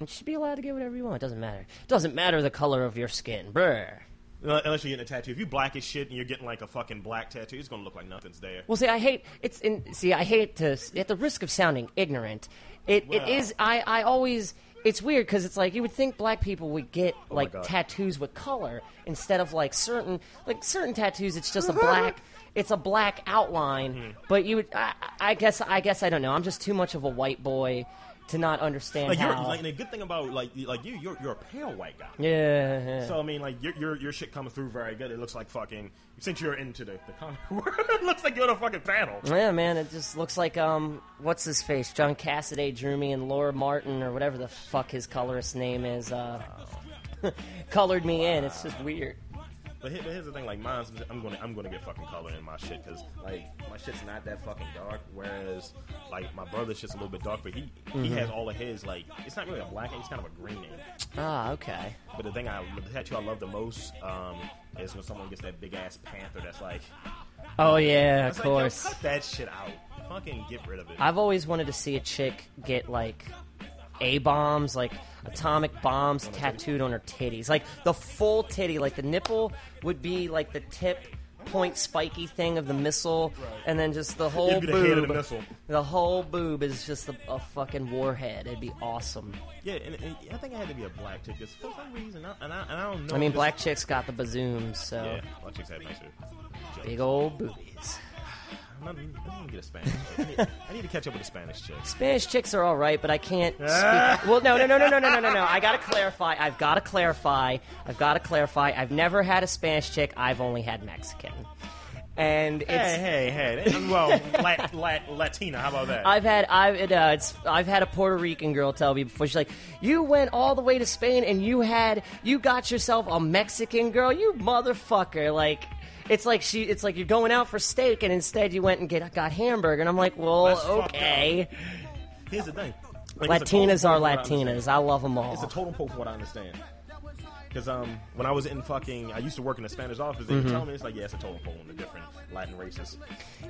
S2: you should be allowed to get whatever you want. It doesn't matter. doesn't matter the color of your skin, bruh.
S1: Unless you're getting a tattoo. If you black as shit and you're getting like a fucking black tattoo, it's gonna look like nothing's there.
S2: Well, see, I hate it's. In, see, I hate to at the risk of sounding ignorant. It
S1: Well.
S2: it is. I I always. It's weird because it's like you would think black people would get like
S1: Oh God.
S2: tattoos with color instead of like certain like certain tattoos. It's
S1: Uh-huh.
S2: just a black. It's a black outline,
S1: Mm-hmm.
S2: but you would. I, I guess. I guess I don't know. I'm just too much of a white boy to not understand
S1: Like you're
S2: how.
S1: like and the good thing about like you- like you, you're you're a pale white guy.
S2: yeah, yeah.
S1: So I mean, like your your your shit coming through very good. It looks like fucking since you're into the the comic world, it looks like you're on a fucking panel.
S2: Yeah, man, it just looks like um, what's his face? John Cassidy drew me, and Laura Martin, or whatever the fuck his colorist name is, uh, colored me in. It's just weird.
S1: But, here, but here's the thing, like mine's I'm gonna I'm gonna get fucking color in my shit because like my shit's not that fucking dark. Whereas like my brother's shit's a little bit dark, but he
S2: Mm-hmm.
S1: he has all of his like it's not really a black, it's kind of a green. ink.
S2: Ah, okay.
S1: But the thing I the tattoo I love the most um, is when someone gets that big ass panther that's like,
S2: Oh yeah,
S1: it's
S2: of
S1: like, yo,
S2: course.
S1: cut that shit out, fucking get rid of it.
S2: I've always wanted to see a chick get like a bombs, like atomic bombs, tattooed on her titties, like the full titty, like the nipple would be like the tip point spiky thing of the missile, and then just the whole
S1: It'd be the head of the
S2: boob.
S1: missile.
S2: The whole boob is just a, a fucking warhead. It'd be awesome.
S1: yeah, and, and I think I had to be a black chick just for some reason, I, and, I, and I don't know.
S2: I mean,
S1: just-
S2: black chicks got the bazooms, so
S1: Yeah, black chicks had nicer.
S2: big old boobies.
S1: I'm not, I need to get a Spanish. Chick. I need, I need to catch up with the Spanish chicks.
S2: Spanish chicks are all right, but I can't speak.
S1: Ah.
S2: Well, no, no, no, no, no, no, no, no, no. I gotta clarify. I've gotta clarify. I've gotta clarify. I've never had a Spanish chick. I've only had Mexican, and it's.
S1: hey, hey, hey. Well, lat, lat, Latina. How about that?
S2: I've had I've it, uh, it's I've had a Puerto Rican girl tell me before. She's like, "You went all the way to Spain and you had you got yourself a Mexican girl, you motherfucker!" Like, it's like she it's like you're going out for steak and instead you went and get got hamburger. And I'm like, "Well,
S1: That's fucked
S2: okay."
S1: Here's the thing. Like, it's a total
S2: Latinas
S1: pole
S2: are
S1: for what I
S2: Latinas. I love them all.
S1: It's a total poke from what I understand. Because um, when I was in fucking, I used to work in a Spanish office. They
S2: Mm-hmm.
S1: would tell me it's like, yeah, it's a total poll in the different Latin races.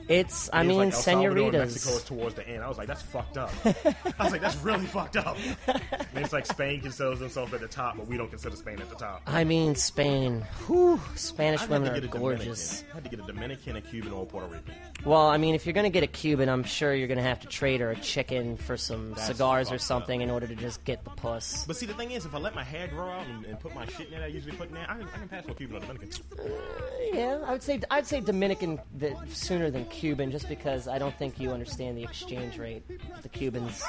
S2: It's, I
S1: It was
S2: mean,
S1: like El Salvador and Mexico is
S2: senoritas.
S1: towards the end. I was like, that's fucked up. I was like, that's really fucked up. And it's like Spain considers themselves at the top, but we don't consider Spain at the top.
S2: I mean, Spain. Whew, Spanish
S1: I had
S2: women
S1: to
S2: are
S1: get a
S2: gorgeous.
S1: Dominican. I had to get a Dominican, a Cuban, or a Puerto Rican.
S2: Well, I mean, if you're going to get a Cuban, I'm sure you're going to have to trade her a chicken for some
S1: That's
S2: cigars or
S1: fucked
S2: something
S1: up.
S2: in order to just get the puss.
S1: But see, the thing is, if I let my hair grow out and, and put my shit in that I usually put in there, I can, I can pass for a Cuban or Dominican.
S2: Yeah, I would say I'd say Dominican th sooner than Cuban, just because I don't think you understand the exchange rate. With the Cubans.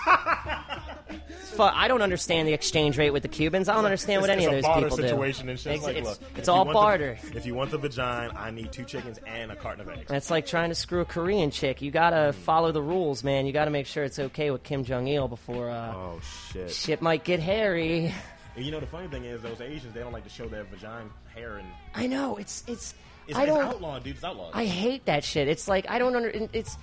S2: Fu- I don't understand the exchange rate with the Cubans. I don't understand what
S1: It's-
S2: any
S1: it's a
S2: of
S1: barter
S2: those people
S1: situation
S2: do.
S1: And shit. It's,
S2: It's-
S1: like,
S2: it's-
S1: look,
S2: it's
S1: if you
S2: all
S1: want the-
S2: barter.
S1: if you want the vagina, I need two chickens and a carton of eggs.
S2: It's like trying to screw a Korean chick. You gotta
S1: Hmm.
S2: follow the rules, man. You gotta make sure it's okay with Kim Jong Il before uh,
S1: Oh shit!
S2: shit might get hairy.
S1: And you know the funny thing is, those Asians they don't like to show their vagina hair, and
S2: I know it's it's.
S1: it's,
S2: I
S1: it's
S2: don't.
S1: outlawed, dude. It's outlawed.
S2: I hate that shit. It's like I don't under. It's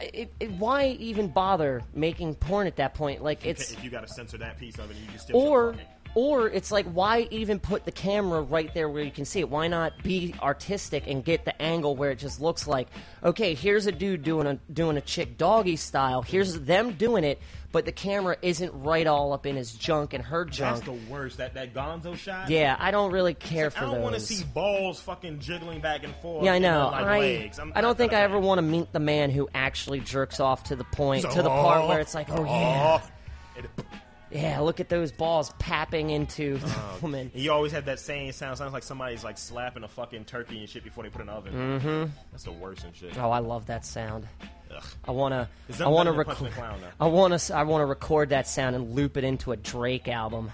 S2: it, it, why even bother making porn at that point? Like it's
S1: if you got to censor that piece of it, you can still show
S2: or
S1: fucking.
S2: or it's like why even put the camera right there where you can see it why not be artistic and get the angle where it just looks like okay here's a dude doing a doing a chick doggy style here's them doing it but the camera isn't right all up in his junk and her
S1: That's
S2: junk
S1: the worst. That that Gonzo shot.
S2: yeah i don't really care for
S1: I don't want to
S2: those.
S1: see balls fucking jiggling back and forth.
S2: yeah, I
S1: and
S2: know.
S1: then, like,
S2: I,
S1: legs. I'm
S2: I don't
S1: not
S2: think
S1: that
S2: I
S1: a fan.
S2: ever want to meet the man who actually jerks off to the point,
S1: So-
S2: to the part where it's like, oh, yeah,
S1: And
S2: yeah, look at those balls papping into
S1: Oh,
S2: the woman.
S1: You always have that same sound. Sounds like somebody's like slapping a fucking turkey and shit before they put it in the oven. Mm-hmm. That's the worst and shit.
S2: Oh, I love that sound.
S1: Ugh.
S2: I wanna,
S1: There's
S2: I
S1: nothing
S2: wanna
S1: better than punching
S2: record,
S1: a clown, though.
S2: I wanna, s- I wanna record that sound and loop it into a Drake album,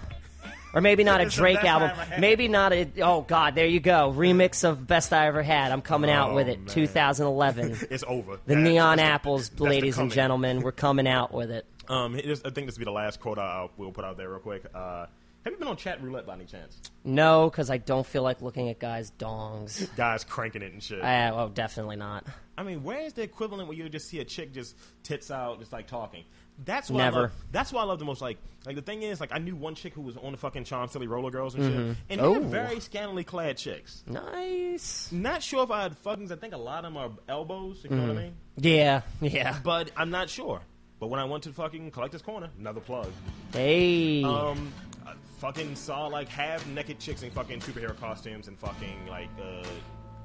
S2: or maybe not a
S1: It's the
S2: Drake
S1: best I
S2: album.
S1: ever had.
S2: Maybe not a. Oh God, there you go, remix of best I ever had. I'm coming out
S1: Oh,
S2: with it,
S1: man.
S2: 2011.
S1: It's over.
S2: The Neon Apples,
S1: that's the
S2: ladies and
S1: coming.
S2: gentlemen, we're coming out with it.
S1: Um, here's- I think this will be the last quote I'll, we'll put out there real quick. Uh, have you been on chat roulette by any chance?
S2: No, because I don't feel like looking at guys' dongs.
S1: Guys cranking it and shit.
S2: Ah, oh, definitely not.
S1: I mean, where is the equivalent where you just see a chick just tits out, just like talking? That's why
S2: Never.
S1: I love, that's why I love the most. Like, like the thing is, like I knew one chick who was on the fucking Charm Silly Roller Girls and shit, and
S2: Oh.
S1: they're very scantily clad chicks.
S2: Nice.
S1: Not sure if I had fuckings. I think a lot of them are elbows. If you
S2: Mm-hmm.
S1: know what I mean.
S2: Yeah, yeah.
S1: But I'm not sure. But when I went to fucking Collector's Corner, another plug.
S2: Hey.
S1: Um, I fucking saw like half naked chicks in fucking superhero costumes and fucking like uh,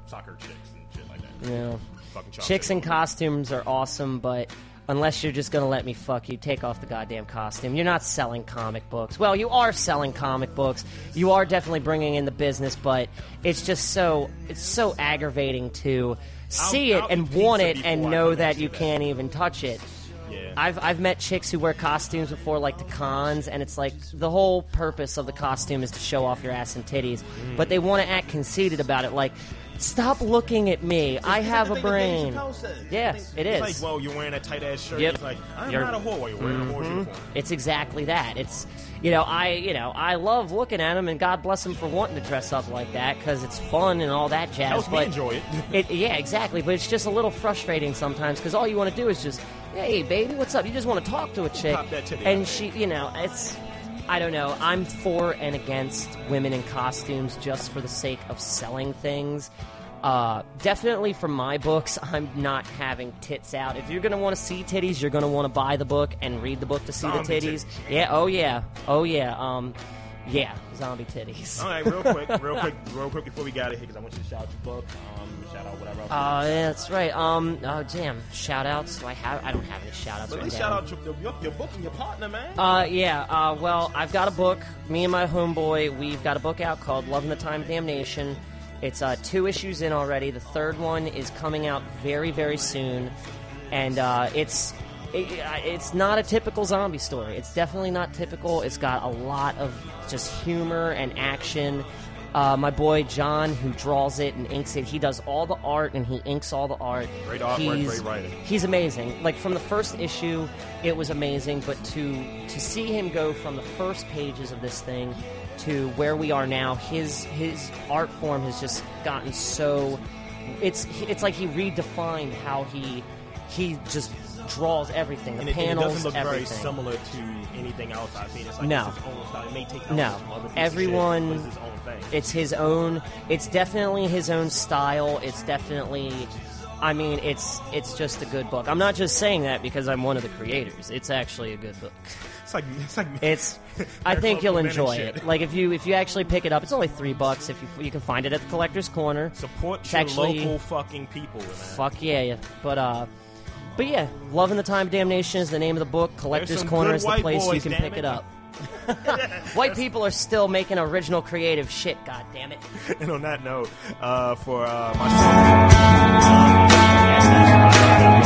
S1: soccer chicks and shit like that.
S2: yeah.
S1: Fucking Charm
S2: Chicks
S1: City
S2: in
S1: Roller Girls.
S2: costumes are awesome, but unless you're just gonna let me fuck you, take off the goddamn costume. You're not selling comic books. Well, you are selling comic books. You are definitely bringing in the business, but it's just so it's so aggravating to see
S1: I'll-
S2: it
S1: I'll
S2: and
S1: eat
S2: want
S1: pizza
S2: it and
S1: before I
S2: know
S1: fucking
S2: that
S1: see
S2: you
S1: that.
S2: can't even touch it.
S1: Yeah.
S2: I've I've met chicks who wear costumes before, like to cons, and it's like the whole purpose of the costume is to show off your ass and titties, but they want to act conceited about it, like. Stop looking at me. I have a brain. Yes, it
S1: it's
S2: is.
S1: Like, well, you're wearing a tight ass shirt.
S2: Yep.
S1: It's like I'm
S2: You're- Mm-hmm.
S1: not a whore. You're wearing a whore's uniform.
S2: It's exactly that. It's you know I you know I love looking at them, and God bless them for wanting to dress up like that because it's fun and all that jazz.
S1: Helps me
S2: but
S1: enjoy it.
S2: it. Yeah, exactly. But it's just a little frustrating sometimes because all you want to do is just hey baby, what's up? You just want to talk to a chick,
S1: Pop that titty
S2: and
S1: out.
S2: she you know it's. I don't know. I'm for and against women in costumes just for the sake of selling things. Uh, definitely for my books, I'm not having tits out. If you're going to want to see titties, you're going to want to buy the book and read the book to see see the
S1: Zombie
S2: titties. Yeah. Oh yeah. Oh yeah. Um, yeah. Zombie titties.
S1: All right, real quick, real quick, real quick before we got out of here, because I want you to shout out your book, um, shout out whatever else.
S2: Oh, yeah, that's right. Um, oh damn. Shout outs. Do I have. I don't have any shout outs.
S1: but at least shout out your, your, your book and your partner, man.
S2: Uh, yeah. Uh, well, I've got a book. Me and my homeboy, we've got a book out called Love in the Time of Damnation. It's uh, two issues in already. The third one is coming out very, very soon, and uh, it's it, uh, it's not a typical zombie story. It's definitely not typical. It's got a lot of just humor and action. Uh, my boy John, who draws it and inks it, he does all the art and he inks all the art.
S1: Great artwork, great
S2: He's-
S1: writing.
S2: he's amazing. Like from the first issue, it was amazing, but to to see him go from the first pages of this thing to where we are now, his his art form has just gotten so it's it's like he redefined how he he just draws everything, the
S1: And it, and it
S2: panels,
S1: doesn't look
S2: everything.
S1: very similar to anything else I've seen. It's like
S2: No.
S1: it's his own style. It may take
S2: No.
S1: elements from other pieces of shit,
S2: Everyone-
S1: but it's his own thing.
S2: It's his own. It's definitely his own style. It's definitely. I mean, it's it's just a good book. I'm not just saying that because I'm one of the creators. It's actually a good book.
S1: It's like it's like
S2: It's. I
S1: Better
S2: think
S1: Call
S2: you'll
S1: Saul
S2: enjoy
S1: and shit.
S2: it. Like if you if you actually pick it up, it's only three bucks. If you you can find it at the collector's corner.
S1: support
S2: It's
S1: your
S2: actually-
S1: local fucking people. Man.
S2: Fuck yeah, yeah. But uh, but yeah, loving the time. of Damnation is the name of the book. Collector's
S1: some
S2: Corner
S1: good
S2: is the
S1: white
S2: place you
S1: boys,
S2: can
S1: damn
S2: pick
S1: it.
S2: it up. white people are still making original creative shit. God damn it.
S1: and on that note, uh, for uh, my.